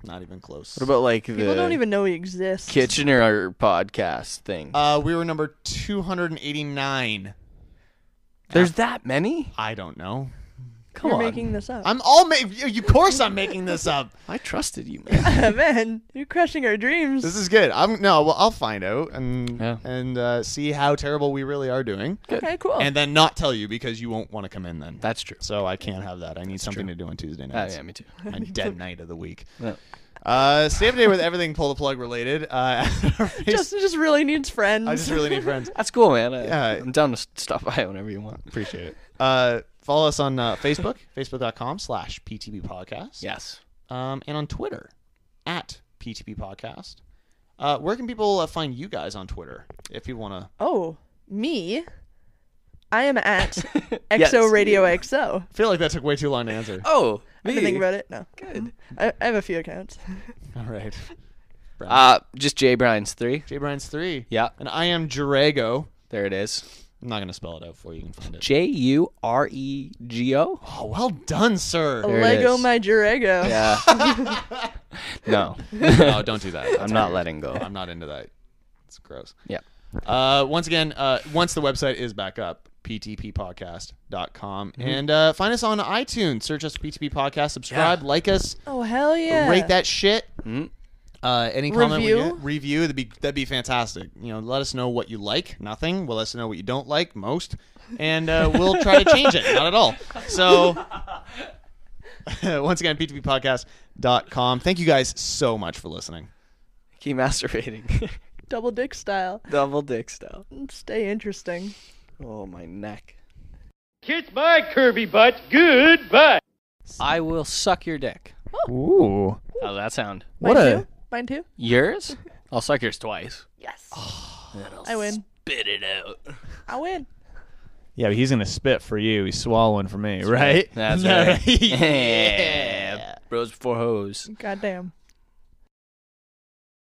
D: Not even close.
E: What about like
C: people
E: the
C: don't even know we exist.
E: Kitchener podcast thing?
D: Uh, we were number 289.
E: There's that many?
D: I don't know.
E: Come
C: You're
E: on.
C: making this up.
D: I'm all made. You, of course, I'm making this up.
E: I trusted you,
C: [LAUGHS]
E: man.
C: man, you're crushing our dreams.
D: This is good. I'm no. Well, I'll find out and
E: Yeah.
D: and uh, see how terrible we really are doing,
C: okay, cool.
D: and then not tell you because you won't want to come in then.
E: That's true.
D: So I can't have that. I need something to do on Tuesday
E: Uh,
D: nights.
E: yeah, me too.
D: My
E: [LAUGHS]
D: dead night of the week.
E: Yeah.
D: Uh, stay up to date with everything pull the plug related. Uh, [LAUGHS]
C: Justin just really needs friends.
D: I just really need friends.
E: [LAUGHS] That's cool, man. I,
D: Yeah.
E: I'm down to s- stop by whenever you want.
D: Appreciate it. Uh, follow us on uh, Facebook, [LAUGHS] facebook.com slash PTB podcast.
E: Yes.
D: Um, and on Twitter, at PTB podcast. Uh, where can people uh, find you guys on Twitter if you want to?
C: [LAUGHS] Oh, me. I am at
D: [LAUGHS]
E: Yes,
C: XO Radio XO.
D: I feel like that took way too long to answer.
E: Oh,
C: I
E: me.
C: didn't think about it. No. Good. I, I have a few accounts.
D: All right.
E: Uh, just Jay Bryan's three.
D: J. Bryan's three.
E: Yeah,
D: And I am Jurago.
E: there it is.
D: I'm not going to spell it out for you. You can find it.
E: J U R E G O.
D: Oh, well done, sir.
E: it
C: Lego
E: is.
C: my Jurego.
E: Yeah. no,
D: [LAUGHS]
E: [LAUGHS]
D: no, don't do that. That's
E: I'm not
D: weird.
E: letting go.
D: I'm not into that. It's gross.
E: Yeah.
D: Uh, once again, uh, once the website is back up, ptppodcast.com.
E: Mm-hmm.
D: And uh, find us on iTunes. Search us for PTP Podcast. Subscribe, like us,
C: [LAUGHS] Oh hell yeah!
D: rate that shit.
E: Mm-hmm.
D: Uh, any comment we
C: Review?
D: get, review that'd be that'd be fantastic. You know, let us know what you like. Nothing. We'll let us know what you don't like most, and uh, we'll try to change it. Not at all. So, [LAUGHS] once again, ptppodcast.com. Thank you guys so much for listening.
E: Keep masturbating, [LAUGHS]
C: Double dick style.
E: [LAUGHS] double dick style.
C: Stay interesting.
E: Oh my neck.
P: Kiss my curvy butt. Goodbye.
E: I will suck your dick.
D: Ooh.
E: How's that sound?
C: Oh. Mine too. Mine too.
E: Yours? I'll suck yours twice. [SIGHS]
C: Yes. I win.
E: Spit it out.
C: I win.
D: Yeah, but he's gonna spit for you. He's swallowing [LAUGHS] for me, right?
E: That's [LAUGHS]
D: Is that
E: right.
D: yeah.
E: Bros before hoes.
C: Goddamn.